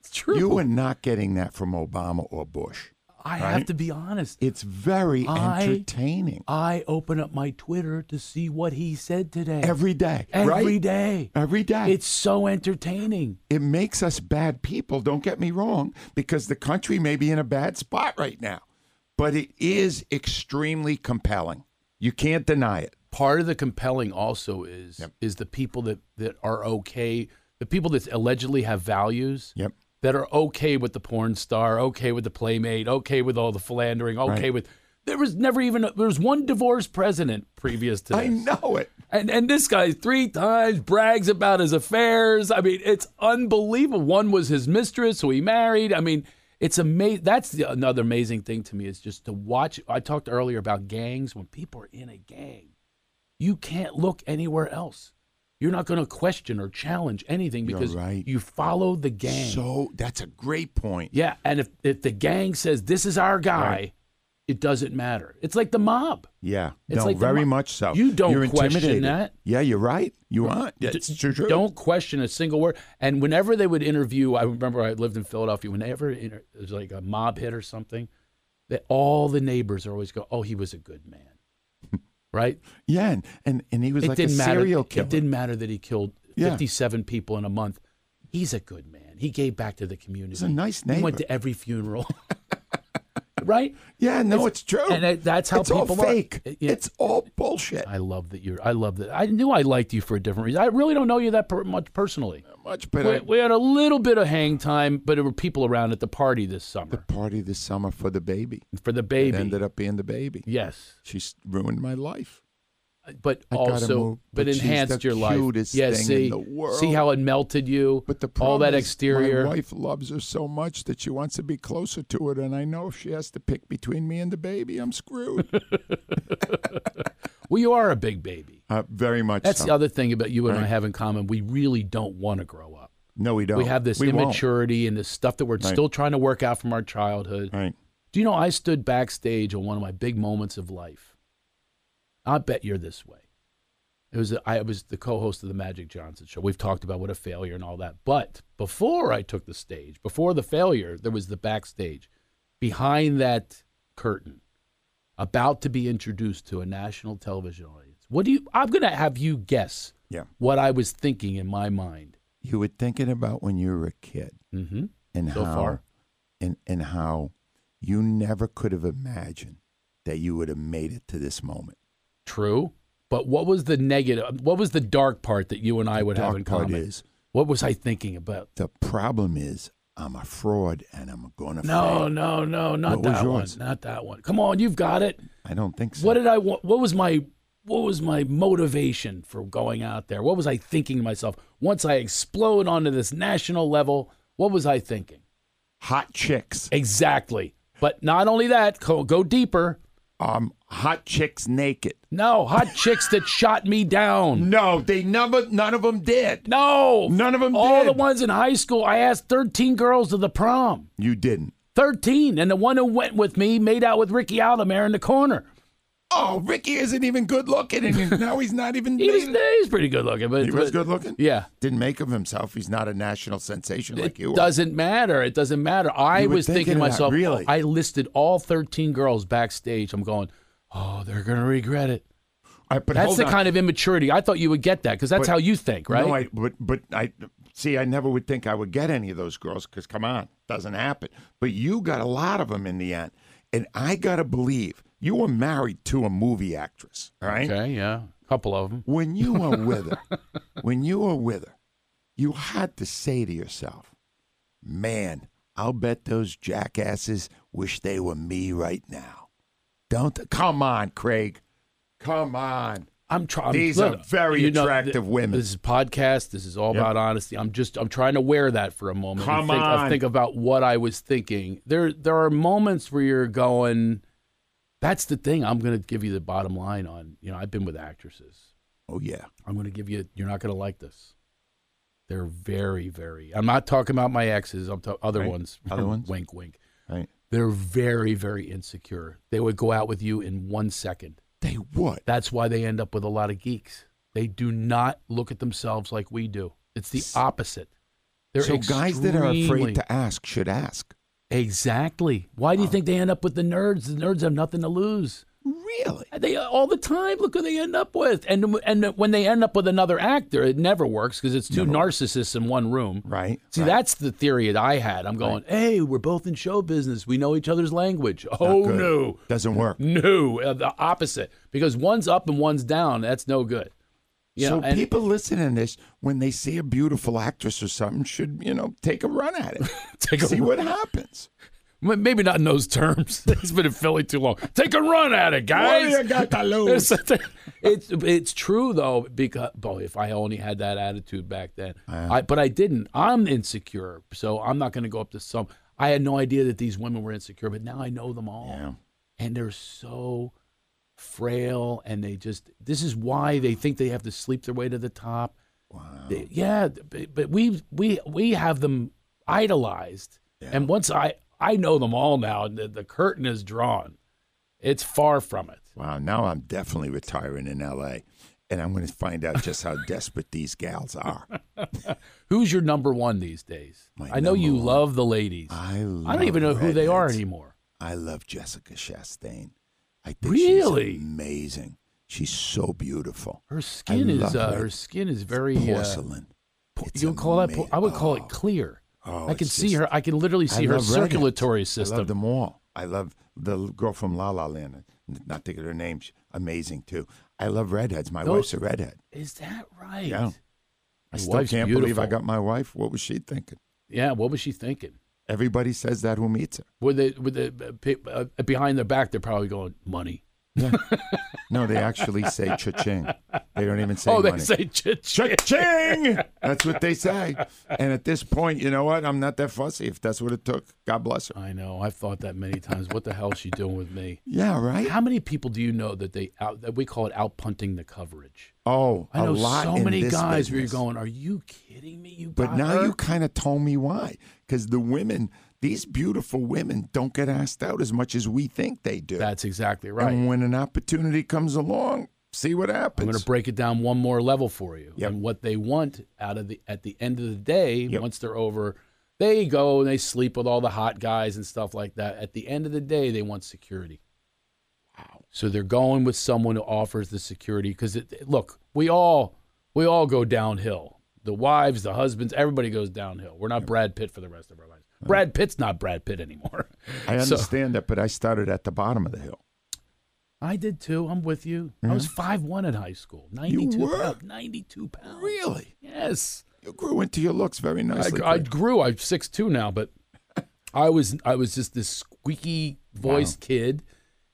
B: It's true.
C: You were not getting that from Obama or Bush.
B: I have
C: right?
B: to be honest.
C: It's very
B: I-
C: entertaining
B: I open up my Twitter to see what he said today.
C: every day.
B: Every
C: right?
B: day.
C: Every day.
B: It's so entertaining.
C: it makes us bad people, don't get me wrong, because the country may be in a bad spot right now. But it is extremely compelling. You can't deny it.
B: Part of the compelling also is
C: Yep.
B: is the people that that are okay, the people that allegedly have values
C: Yep.
B: that are okay with the porn star, okay with the playmate, okay with all the philandering, okay
C: Right.
B: with there was never even there was one divorced president previous to this.
C: I know it.
B: And and this guy three times brags about his affairs. I mean, it's unbelievable. One was his mistress, who he married. I mean, it's amazing. That's the, another amazing thing to me is just to watch. I talked earlier about gangs. When people are in a gang, you can't look anywhere else. You're not going to question or challenge anything
C: You're
B: because
C: right.
B: you follow the gang.
C: So that's a great point.
B: yeah, and if if the gang says this is our guy, it doesn't matter. It's like the mob.
C: Yeah.
B: It's
C: no,
B: like the
C: very
B: mo-
C: much so.
B: You don't
C: You're
B: question
C: intimidated.
B: that.
C: Yeah, you're right. You aren't. It's
B: D-
C: true. true.
B: Don't question a single word. And whenever they would interview, I remember I lived in Philadelphia. Whenever inter- it was like a mob hit or something, that all the neighbors are always go, "Oh, he was a good man," right?
C: Yeah, and, and, and he was like a
B: matter.
C: serial killer.
B: It didn't matter that he killed
C: Yeah.
B: fifty-seven people in a month. He's a good man. He gave back to the community.
C: He's a nice
B: He went
C: neighbor.
B: to every funeral, right?
C: Yeah, no, it's, true.
B: and it- that's how
C: it's
B: people
C: all
B: are.
C: fake.
B: It- yeah.
C: It's all bullshit.
B: I love that you're. I love that. I knew I liked you for a different reason. I really don't know you that per- much personally.
C: Much better.
B: We, we had a little bit of hang time, but there were people around at the party this summer
C: Party this summer for the baby.
B: for the
C: It
B: baby.
C: ended up being the baby.
B: yes,
C: She's ruined my life.
B: but
C: I gotta
B: also,
C: move,
B: but,
C: but she's
B: enhanced
C: the
B: your life.
C: cutest
B: yeah,
C: thing in
B: see,
C: the world.
B: see how it melted you.
C: But the
B: all
C: problem
B: that
C: is
B: exterior.
C: my wife loves her so much that she wants to be closer to it, and I know if she has to pick between me and the baby, I'm screwed.
B: Well, you are a big baby.
C: uh, very much.
B: That's
C: so.
B: the other thing about you and I
C: Right.
B: have in common. We really don't want to grow up.
C: no, we don't.
B: we have this
C: won't.
B: immaturity and this stuff that we're
C: Right.
B: still trying to work out from our childhood.
C: Right.
B: Do you know I stood backstage on one of my big moments of life? I bet you're this way. It was I was the co-host of the Magic Johnson show. We've talked about what a failure and all that. But before I took the stage, before the failure, there was the backstage. Behind that curtain, about to be introduced to a national television audience. What do you I'm going to have you guess
C: Yeah.
B: what I was thinking in my mind.
C: You were thinking about when you were a kid.
B: Mhm.
C: and
B: So
C: how
B: far.
C: and and how you never could have imagined that you would have made it to this moment.
B: True. But what was the negative? What was the dark part that you and I would have in
C: Dark part
B: common?
C: is
B: What was I thinking about?
C: the problem is I'm a fraud and I'm going to
B: No, no, no, not
C: What was
B: that
C: yours?
B: one. Not that one. Come on, you've got it.
C: I don't think so.
B: What did I want? What was my what was my motivation for going out there? What was I thinking to myself once I explode onto this national level? What was I thinking?
C: hot chicks.
B: Exactly. But not only that, go, go deeper.
C: Um, hot chicks naked.
B: No, hot chicks that shot me down.
C: No, they never. None of them did.
B: No,
C: None of 'em
B: All the
C: did.
B: ones in high school. I asked thirteen girls to the prom.
C: You didn't.
B: 13. And the one who went with me made out with Ricky Aldemar in the corner.
C: Oh, Ricky isn't even good looking, and now he's not even.
B: He was,
C: made it.
B: he's pretty good looking. But,
C: He was
B: but-
C: good looking.
B: Yeah.
C: Didn't make of himself. He's not a national sensation like
B: It
C: you. were.
B: doesn't matter. It doesn't matter. I
C: You were
B: was thinking
C: thinking
B: to
C: of that,
B: myself,
C: really?
B: I listed all 13 girls backstage. I'm going, oh, they're going to regret it.
C: All right, but
B: That's
C: hold
B: the
C: on.
B: kind of immaturity. I thought you would get that because that's
C: But-
B: how you think, right?
C: No, I but but I see. I never would think I would get any of those girls because come on, doesn't happen. But you got a lot of them in the end, and I gotta believe you were married to a movie actress, all right?
B: okay, yeah. A couple of them.
C: When you were with her, when you were with her, you had to say to yourself, "Man, I'll bet those jackasses wish they were me right now." Don't come on, Craig. Come on.
B: I'm trying.
C: These are very attractive women.
B: This is a podcast. This is all
C: Yep.
B: about honesty. I'm just I'm trying to wear that for a moment. and
C: Come
B: think,
C: on.
B: think about what I was thinking. There there are moments where you're going. That's the thing. I'm going to give you the bottom line on. You know, I've been with actresses.
C: Oh yeah.
B: I'm going to give you. You're not going to like this. They're very very. I'm not talking about my exes. I'm talking other
C: Right.
B: ones.
C: Other ones?
B: wink wink.
C: Right.
B: They're very very insecure. They would go out with you in one second.
C: They would.
B: That's why they end up with a lot of geeks. They do not look at themselves like we do. It's the opposite. They're
C: so guys that are
B: extremely-
C: afraid to ask should ask.
B: exactly. Why do you think they end up with the nerds? The nerds have nothing to lose.
C: Really?
B: They all the time. Look who they end up with, and and when they end up with another actor, it never works because it's two narcissists in one room.
C: Right.
B: See,
C: right.
B: that's the theory that I had. I'm going, hey, we're both in show business. We know each other's language.
C: Not
B: Oh
C: good.
B: no,
C: Doesn't work.
B: no, uh, the opposite. Because one's up and one's down. That's no good. You
C: so
B: know, and-
C: people listening to this, when they see a beautiful actress or something, should you know take a run at it,
B: Take a
C: see what happens.
B: M- Maybe not in those terms. He's been in Philly too long. Take a run at it,
C: What do
B: guys.
C: you got to
B: It's,
C: lose?
B: it's it's true though because boy, if I only had that attitude back then, I, but I didn't. I'm insecure, so I'm not going to go up to some. I had no idea that these women were insecure, but now I know them all,
C: Yeah.
B: and they're so frail, and they just. This is why they think they have to sleep their way to the top.
C: Wow.
B: They- yeah, but, but we we we have them idolized, and once I I know them all now, and the, the curtain is drawn, It's far from it.
C: Wow, now I'm definitely retiring in LA. And I'm going to find out just how desperate these gals are.
B: Who's your number one these days?
C: My
B: I know you
C: number one.
B: love the ladies.
C: I
B: I don't
C: love
B: even know who they are
C: redheads.
B: anymore.
C: I love Jessica Chastain. I think
B: Really?
C: she's amazing. She's so beautiful.
B: Her skin
C: I
B: is
C: love
B: uh,
C: it.
B: her skin is very
C: It's
B: uh,
C: porcelain. It's
B: you would call that po-
C: amazing.
B: I would call
C: Oh,
B: it clear.
C: oh,
B: I can
C: it's
B: see
C: just-
B: her I can literally
C: I
B: see her
C: love redheads.
B: circulatory
C: I love
B: system.
C: them all. I love the l- girl from La La Land. I'm Not thinking of her name. She's amazing too. I love redheads. My
B: Those-
C: wife's a redhead.
B: Is that right?
C: Yeah. I
B: Your
C: still
B: wife's
C: can't believe I
B: beautiful.
C: got my wife. What was she thinking?
B: Yeah, what was she thinking?
C: Everybody says that who meets her.
B: With the with the uh, pe- uh, behind their back they're probably going money.
C: No, they actually say cha-ching. They don't even say
B: oh, they
C: money.
B: say chit
C: Cha-ching! That's what they say. And at this point, you know what? I'm not that fussy. If that's what it took, God bless her.
B: I know. I've thought that many times. What the hell is she doing with me?
C: Yeah, right?
B: How many people do you know that they out that we call it out punting the coverage?
C: Oh,
B: I
C: a
B: know
C: lot
B: so
C: in
B: many
C: this
B: guys where you're
C: business.
B: going, are you kidding me? You
C: But
B: got
C: now
B: her?"
C: you kind of told me why. Because the women, these beautiful women, don't get asked out as much as we think they do.
B: That's exactly right.
C: And when an opportunity comes along, see what happens.
B: I'm going to break it down one more level for you.
C: Yep.
B: And what they want out of the at the end of the day,
C: Yep.
B: once they're over, they go and they sleep with all the hot guys and stuff like that. At the end of the day, they want security. Wow. So they're going with someone who offers the security because look, we all we all go downhill. The wives, the husbands, everybody goes downhill. We're not Brad Pitt for the rest of our lives. Brad Pitt's not Brad Pitt anymore.
C: I
B: So-
C: understand that, but I started at the bottom of the hill.
B: I did too. I'm with you. I was five one in high school. Ninety two
C: Mm-hmm. were?
B: pounds. Ninety two pounds.
C: Really?
B: Yes.
C: You grew into your looks very
B: I,
C: nicely.
B: I
C: Greg.
B: grew. I'm six two now, but I was I was just this squeaky voiced kid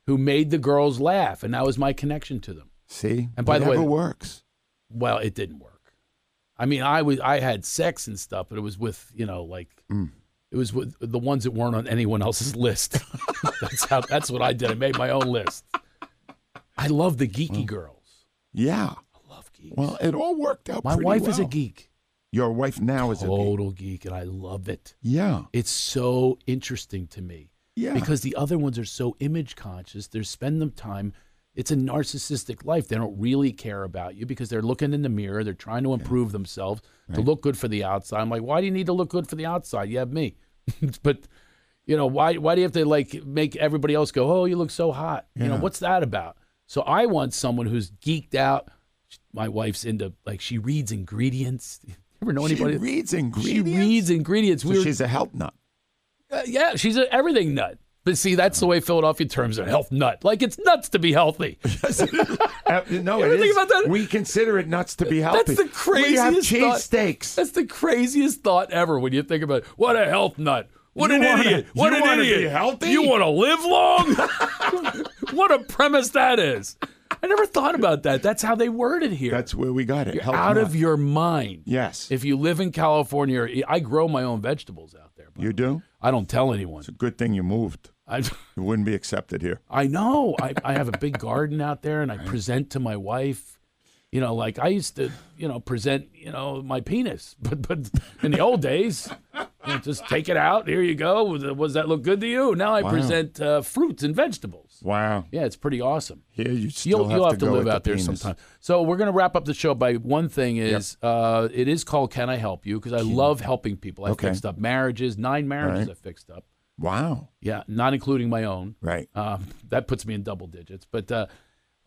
B: who made the girls laugh, and that was my connection to them.
C: see?
B: And by the way-
C: Whatever works.
B: Well, it didn't work. I mean, I was I had sex and stuff, but it was with you know like
C: Mm.
B: it was with the ones that weren't on anyone else's list. that's how. That's what I did. I made my own list. I love the geeky girls.
C: Yeah.
B: I love geeks.
C: Well, it all worked out
B: my
C: pretty
B: wife is a Oh.
C: well.
B: geek,
C: Your wife now is a geek.
B: total geek, and I love it.
C: Yeah.
B: It's so interesting to me.
C: Yeah.
B: because the other ones are so image conscious. They're spending time. It's a narcissistic life. They don't really care about you because they're looking in the mirror. They're trying to improve themselves to look good for the outside. I'm like, why do you need to look good for the outside? You have me. but you know, why why do you have to like make everybody else go, oh, you look so hot? You know,
C: Yeah.
B: what's that about? So I want someone who's geeked out. My wife's into like she reads ingredients. You ever know anybody?
C: She reads
B: She
C: ingredients.
B: reads ingredients.
C: So
B: We were-
C: she's a health nut.
B: uh, yeah, she's an everything nut. But see, that's the way Philadelphia terms it, health nut. Like it's nuts to be healthy.
C: Uh, no,
B: ever
C: it
B: think
C: is.
B: about that?
C: We consider it nuts to be
B: That's
C: healthy.
B: the
C: We have
B: craziest thought.
C: cheese steaks.
B: That's the craziest thought ever when you think about it. What a health nut. What
C: You
B: an
C: wanna-
B: idiot. What
C: you
B: an
C: wanna be
B: idiot.
C: healthy?
B: You want to live long? what a premise that is. I never thought about that. That's how they word it here.
C: That's where we got it. Health
B: out
C: nut.
B: of your mind.
C: Yes.
B: If you live in California, I grow my own vegetables out there.
C: you do?
B: I don't tell anyone.
C: It's a good thing you moved.
B: I,
C: You wouldn't be accepted here.
B: I know. I, I have a big garden out there and I present to my wife. You know, like I used to, you know, present, you know, my penis. But but in the old days, you know, just take it out. Here you go. Was was that look good to you? Now I
C: Wow.
B: present uh, fruits and vegetables.
C: Wow.
B: Yeah, it's pretty awesome.
C: Here you still
B: You'll,
C: have
B: you'll
C: to
B: have to,
C: go
B: live
C: with the
B: out there
C: penis.
B: sometime. So we're going to wrap up the show by one thing is uh, it is called Can I Help You? Because I love helping people. I
C: Okay.
B: fixed up marriages, nine marriages I fixed up.
C: Wow.
B: Yeah, not including my own.
C: Right.
B: Um, that puts me in double digits. But uh,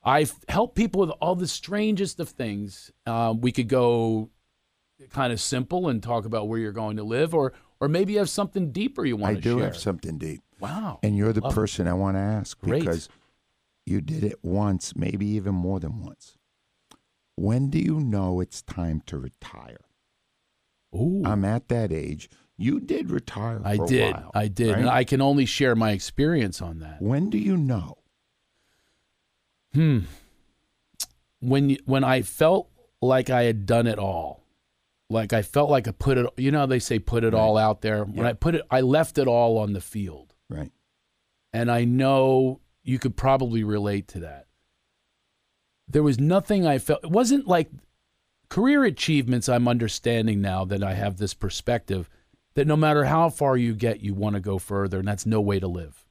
B: I've helped people with all the strangest of things. Um, we could go kind of simple and talk about where you're going to live, or or maybe you have something deeper you
C: I
B: want to
C: do
B: share.
C: have something deep.
B: Wow.
C: And you're the
B: Love it.
C: person I want to ask
B: Great.
C: because you did it once, maybe even more than once. When do you know it's time to retire?
B: Ooh,
C: I'm at that age. You did retire.
B: I
C: for a
B: did.
C: while,
B: I did. And
C: right?
B: I can only share my experience on that.
C: when do you know?
B: Hmm. When you- when I felt like I had done it all, like I felt like I put it. You know, how they say put it all out there. When
C: Yeah.
B: I put it, I left it all on the field.
C: Right.
B: and I know you could probably relate to that. There was nothing I felt. It wasn't like career achievements. I'm understanding now that I have this perspective that no matter how far you get, you want to go further, and that's no way to live.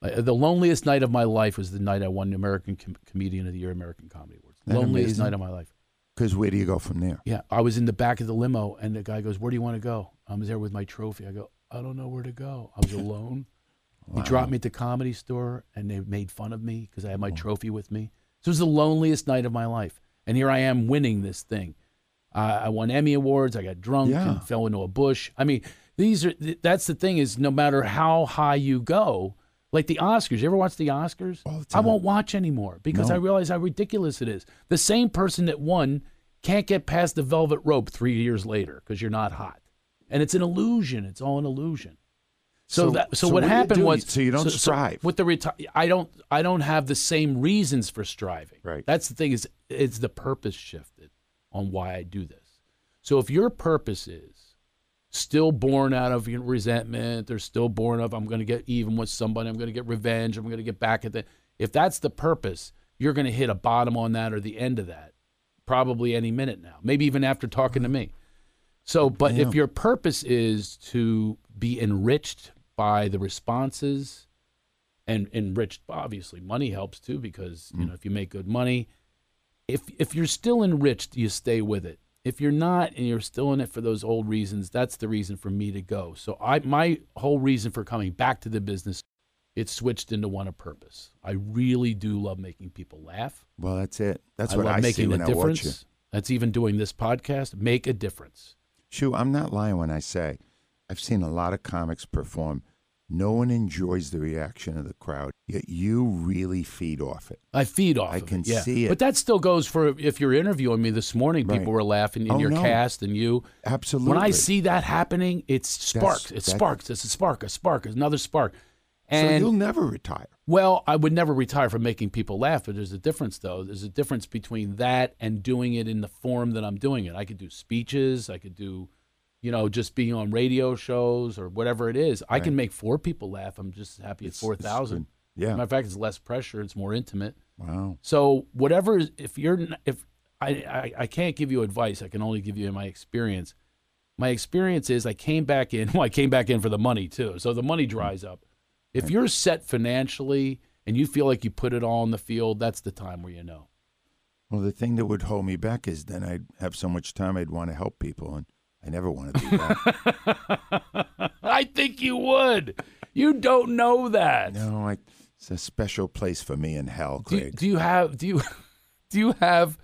B: Uh, The loneliest night of my life was the night I won American Com- Comedian of the Year, American Comedy Awards.
C: Isn't that
B: loneliest
C: amazing?
B: night of my life.
C: Because where do you go from there?
B: Yeah, I was in the back of the limo, and the guy goes, "Where do you want to go?" I'm there with my trophy. I go, "I don't know where to go." I was alone. He dropped me at the comedy store, and they made fun of me because I had my trophy with me. So it was the loneliest night of my life, and here I am winning this thing. Uh, I won Emmy awards. I got drunk
C: Yeah.
B: and fell into a bush. I mean, these are th- that's the thing is no matter how high you go, like the Oscars. You ever watch the Oscars?
C: All the
B: I won't watch anymore because I realize how ridiculous it is. The same person that won can't get past the velvet rope three years later because you're not hot, and it's an illusion. It's all an illusion. So,
C: So-
B: that so,
C: so
B: what,
C: what do you
B: happened
C: do?
B: was
C: So you don't strive.
B: with the reti- I don't I don't have the same reasons for striving.
C: Right.
B: That's the thing is it's the purpose shifted on why I do this. So if your purpose is still born out of your resentment, or still born of I'm going to get even with somebody, I'm going to get revenge, I'm going to get back at the if that's the purpose, you're going to hit a bottom on that or the end of that probably any minute now, maybe even after talking to me. So, but
C: Yeah.
B: if your purpose is to be enriched by the responses and enriched, obviously money helps too, because
C: Mm.
B: you know, if you make good money, if, if you're still enriched, you stay with it. If you're not, and you're still in it for those old reasons, that's the reason for me to go. So I, my whole reason for coming back to the business, it switched into one of purpose. I really do love making people laugh.
C: Well, that's it. That's
B: I
C: what
B: love
C: I see
B: making
C: when
B: a
C: I watch you.
B: difference. That's even doing this podcast. Make a difference.
C: Shoo, I'm not lying when I say I've seen a lot of comics perform. No one enjoys the reaction of the crowd, yet you really feed off it.
B: I feed off.
C: I
B: of
C: can
B: it, yeah.
C: see it.
B: But that still goes for if you're interviewing me this morning.
C: Right.
B: People were laughing in
C: Oh,
B: your
C: no.
B: cast and you.
C: Absolutely.
B: When I see that happening, it sparks. it
C: that-
B: sparks. It's a spark. A spark. Another spark.
C: so
B: And
C: you'll never retire.
B: well, I would never retire from making people laugh. But there's a difference, though. There's a difference between that and doing it in the form that I'm doing it. I could do speeches. I could do, you know, just being on radio shows or whatever it is. I can make four people laugh. I'm just happy at
C: It's-
B: four thousand.
C: it's good. Yeah.
B: Matter of fact, it's less pressure. It's more intimate.
C: Wow.
B: So whatever, is- if you're n- if I, I I can't give you advice. I can only give you my experience. My experience is I came back in. Well, I came back in for the money too. So the money dries up. If you're set financially and you feel like you put it all on the field, that's the time where you know.
C: Well, the thing that would hold me back is then I'd have so much time I'd want to help people, and I never want to do that.
B: I think you would. You don't know that.
C: no, I, it's a special place for me in hell,
B: do, you-
C: Craig.
B: do you have do you do you have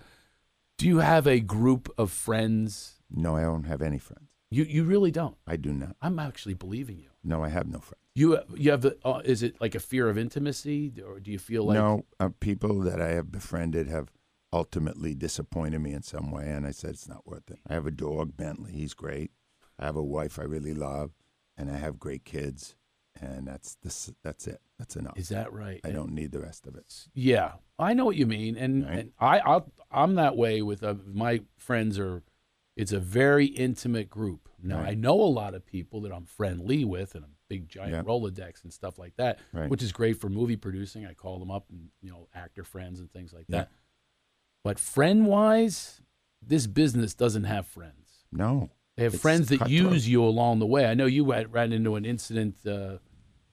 B: do you have a group of friends?
C: no, I don't have any friends.
B: You you really don't.
C: I do not.
B: I'm actually believing you.
C: No, I have no friends.
B: You you have the uh, is it like a fear of intimacy or do you feel like
C: no, uh, people that I have befriended have ultimately disappointed me in some way, and I said it's not worth it. I have a dog, Bentley. He's great. I have a wife I really love, and I have great kids, and that's this. That's it. That's enough.
B: is that right?
C: I don't need the rest of it.
B: Yeah, I know what you mean, and,
C: Right.
B: and I I'll, I'm that way with uh, my friends are. It's a very intimate group. Now
C: Right.
B: I know a lot of people that I'm friendly with, and a big giant
C: Yeah.
B: Rolodex and stuff like that,
C: Right.
B: which is great for movie producing. I call them up, and you know, actor friends and things like
C: Yeah.
B: that. But friend wise, this business doesn't have friends.
C: No.
B: They have
C: It's
B: friends that
C: cutthroat.
B: use you along the way. I know you had, ran into an incident. Uh,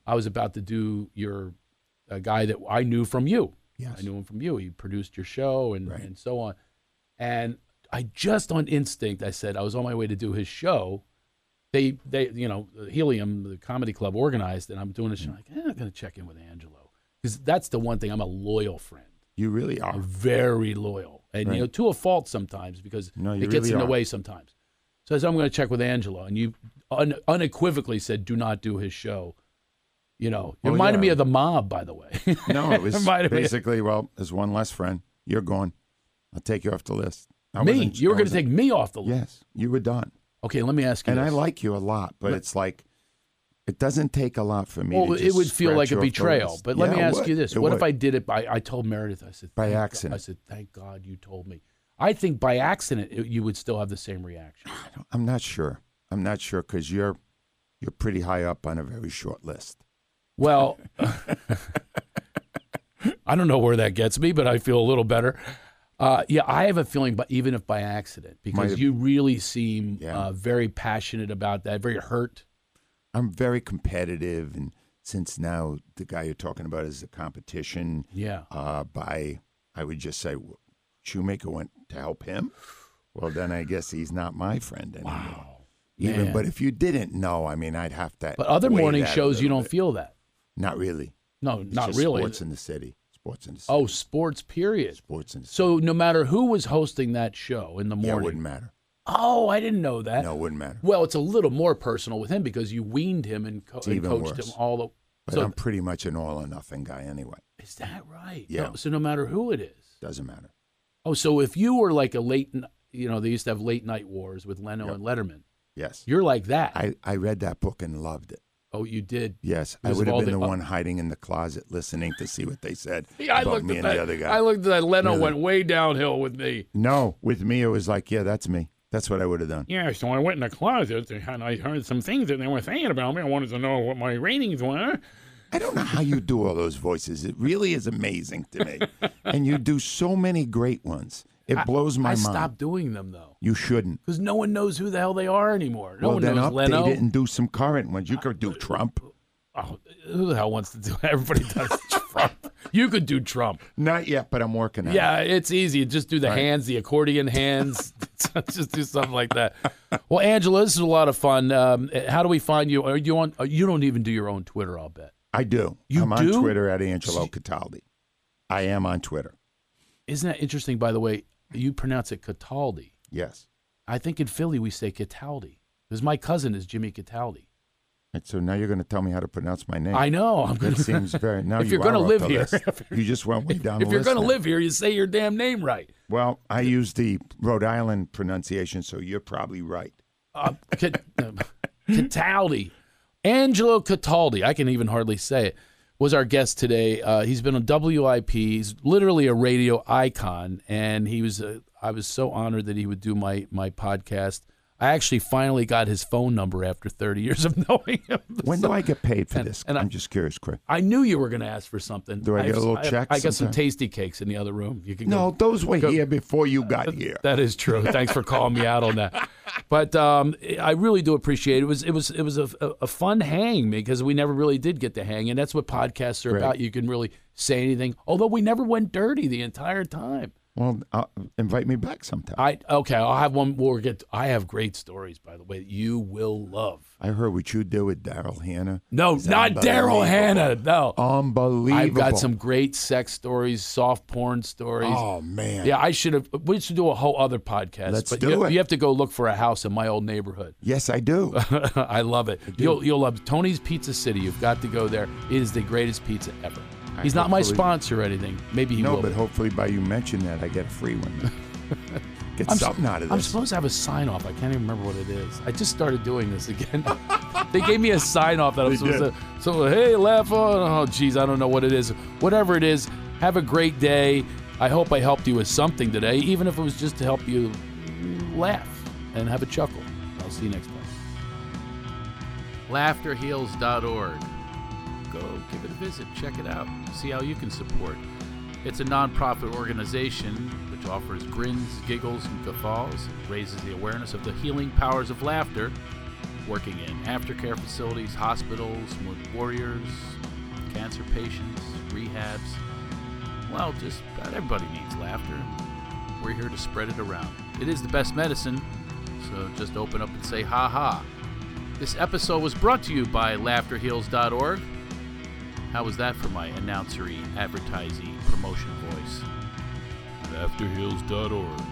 B: I was about to do your a guy that I knew from you.
C: Yes.
B: I knew him from you. He produced your show and,
C: Right.
B: and so on. And I just on instinct, I said I was on my way to do his show. They they you know Helium, the comedy club, organized, and I'm doing
C: Mm.
B: a show. Like eh, I'm gonna check in with Angelo because that's the one thing. I'm a loyal friend.
C: You really
B: I'm
C: are.
B: very loyal, and
C: Right.
B: you know to a fault sometimes because
C: No,
B: it
C: you
B: gets
C: really
B: in the
C: are.
B: way sometimes. So I said, I'm going to check with Angelo, and you un- unequivocally said, "Do not do his show." You know, it
C: Oh,
B: reminded
C: yeah.
B: me of the mob, by the way.
C: No, it was
B: Might have been.
C: basically, well, there's one less friend. You're gone. I'll take you off the list. I
B: me,
C: wasn't-
B: you were
C: I
B: going to
C: wasn't-
B: take me off the list.
C: Yes, you were done.
B: Okay, let me ask you.
C: And I
B: this.
C: like you a lot, but it's like, it doesn't take a lot for me.
B: Well,
C: to
B: it
C: just
B: would feel
C: scratch
B: like
C: you
B: a
C: off the
B: betrayal.
C: list.
B: But let
C: Yeah,
B: me
C: it
B: ask
C: would.
B: you this:
C: It
B: What if
C: would.
B: I did it by? I told Meredith. I said
C: By
B: "Thank God-"
C: accident.
B: I said, "Thank God you told me." I think by accident it, you would still have the same reaction.
C: I'm not sure. I'm not sure because you're you're pretty high up on a very short list.
B: Well, I don't know where that gets me, but I feel a little better. Uh, yeah, I have a feeling, but even if by accident, because
C: have-
B: you really seem
C: Yeah.
B: uh, very passionate about that, very hurt.
C: I'm very competitive, and since now the guy you're talking about is the competition
B: Yeah.
C: uh, by, I would just say, w- Shoemaker went to help him. Well, then I guess he's not my friend anymore. Even,
B: man.
C: but if you didn't know, I mean, I'd have to.
B: But other
C: weigh
B: morning
C: that a
B: shows you
C: little
B: don't
C: bit.
B: feel that.
C: Not really.
B: No,
C: It's
B: not
C: just
B: really.
C: Sports in the city. Sports in the city.
B: oh, sports period.
C: sports in the city.
B: So no matter who was hosting that show in the
C: Yeah, it
B: morning.
C: wouldn't matter.
B: oh, I didn't know that.
C: No, it wouldn't matter.
B: Well, it's a little more personal with him because you weaned him and, co- and
C: even
B: coached
C: worse.
B: him all the.
C: But
B: so
C: I'm pretty much an all or nothing guy anyway.
B: is that right?
C: Yeah.
B: No, so no matter who it is.
C: Doesn't matter.
B: Oh, so if you were like a late, n- you know, they used to have late night wars with Leno
C: Yep.
B: and Letterman.
C: Yes.
B: You're like that.
C: I, I read that book and loved it.
B: oh, you did.
C: Yes, I
B: Because
C: would
B: of
C: have
B: all
C: been the,
B: the-
C: one hiding in the closet listening to see what they said
B: Yeah, I
C: about
B: looked at
C: me and
B: that.
C: the other guy.
B: I looked at that. Leno
C: Really?
B: went way downhill with me.
C: no, with me it was like, yeah, that's me. That's what I would have done.
E: Yeah, so I went in the closet and I heard some things that they were saying about me. I wanted to know what my ratings were.
C: I don't know how you do all those voices. It really is amazing to me. and you do so many great ones. It blows my
B: I
C: mind.
B: stopped doing them though,
C: You shouldn't.
B: because no one knows who the hell they are anymore. No
C: well,
B: one
C: then
B: knows
C: update
B: Leno.
C: it and do some current ones. You could do Trump.
B: Oh, who the hell wants to do? Everybody does Trump. You could do Trump.
C: Not yet, but I'm working on it.
B: Yeah, it's easy. Just do the hands, the accordion hands. Just do something like that. Well, Angela, this is a lot of fun. Um, how do we find you? Are you on? uh, You don't even do your own Twitter. I'll bet.
C: I do.
B: You
C: I'm
B: do?
C: on Twitter at Angelo Cataldi. I am on Twitter.
B: Isn't that interesting? By the way, you pronounce it Cataldi.
C: Yes.
B: I think in Philly we say Cataldi because my cousin is Jimmy Cataldi.
C: And so now you're going to tell me how to pronounce my name.
B: I know. I'm gonna,
C: That seems very. Now
B: If
C: you
B: you're gonna
C: are up
B: live
C: the
B: here.
C: list. you just went way down.
B: if
C: the
B: you're
C: list
B: going to
C: now.
B: live here, you say your damn name right.
C: well, I use the Rhode Island pronunciation, so you're probably right.
B: uh, Cat- uh, Cataldi, Angelo Cataldi. I can even hardly say it. Was our guest today? Uh, he's been on WIP. He's literally a radio icon, and he was. Uh, I was so honored that he would do my my podcast. I actually finally got his phone number after 30 years of knowing him.
C: When do I get paid for
B: and-
C: this?
B: and I-
C: I'm just curious, Craig.
B: I knew you were going to ask for something.
C: Do I get a little check
B: I, got some
C: sometime?
B: tasty cakes in the other room. You can
C: No,
B: go-
C: those were
B: Go- Uh,
C: here before you got here.
B: That is true. Thanks for calling me out on that. But um, I really do appreciate it. It was it was it was a, a, a fun hang because we never really did get to hang, and that's what podcasts are
C: Right.
B: about. You can really say anything, although we never went dirty the entire time.
C: Well, uh, invite me back sometime.
B: I okay, I'll have one. We'll get. I have great stories, by the way. That you will love.
C: I heard what you did with Daryl Hannah.
B: No,
C: It's
B: not Daryl
C: unbelievable.
B: Hannah. No,
C: Unbelievable.
B: I've got some great sex stories, soft porn stories.
C: Oh man.
B: Yeah, I should have. We should do a whole other podcast.
C: Let's
B: but
C: do
B: you,
C: it.
B: you have to go look for a house in my old neighborhood.
C: Yes, I do.
B: I love it. You'll you'll love Tony's Pizza City. You've got to go there. It is the greatest pizza ever.
C: I
B: He's not my
C: hopefully-
B: sponsor or anything. Maybe he
C: no,
B: will.
C: but
B: be.
C: hopefully by you mentioning that, I get a free one. get
B: I'm s-
C: something out of this.
B: I'm supposed to have a sign off. I can't even remember what it is. I just started doing this again. they gave me a sign off that I'm
C: They
B: supposed
C: did.
B: to. So hey, laugh on. Oh, geez, I don't know what it is. Whatever it is, have a great day. I hope I helped you with something today, even if it was just to help you laugh and have a chuckle. I'll see you next time. LaughterHeals.org. Go give it a visit, check it out, see how you can support. It's a nonprofit organization which offers grins, giggles, and guffaws, raises the awareness of the healing powers of laughter, working in aftercare facilities, hospitals, wounded warriors, cancer patients, rehabs. Well, just about everybody needs laughter. We're here to spread it around. It is the best medicine, so just open up and say ha ha. This episode was brought to you by laughterheals.org. How was that for my announcery, advertising, promotion voice? Laughterheals.org.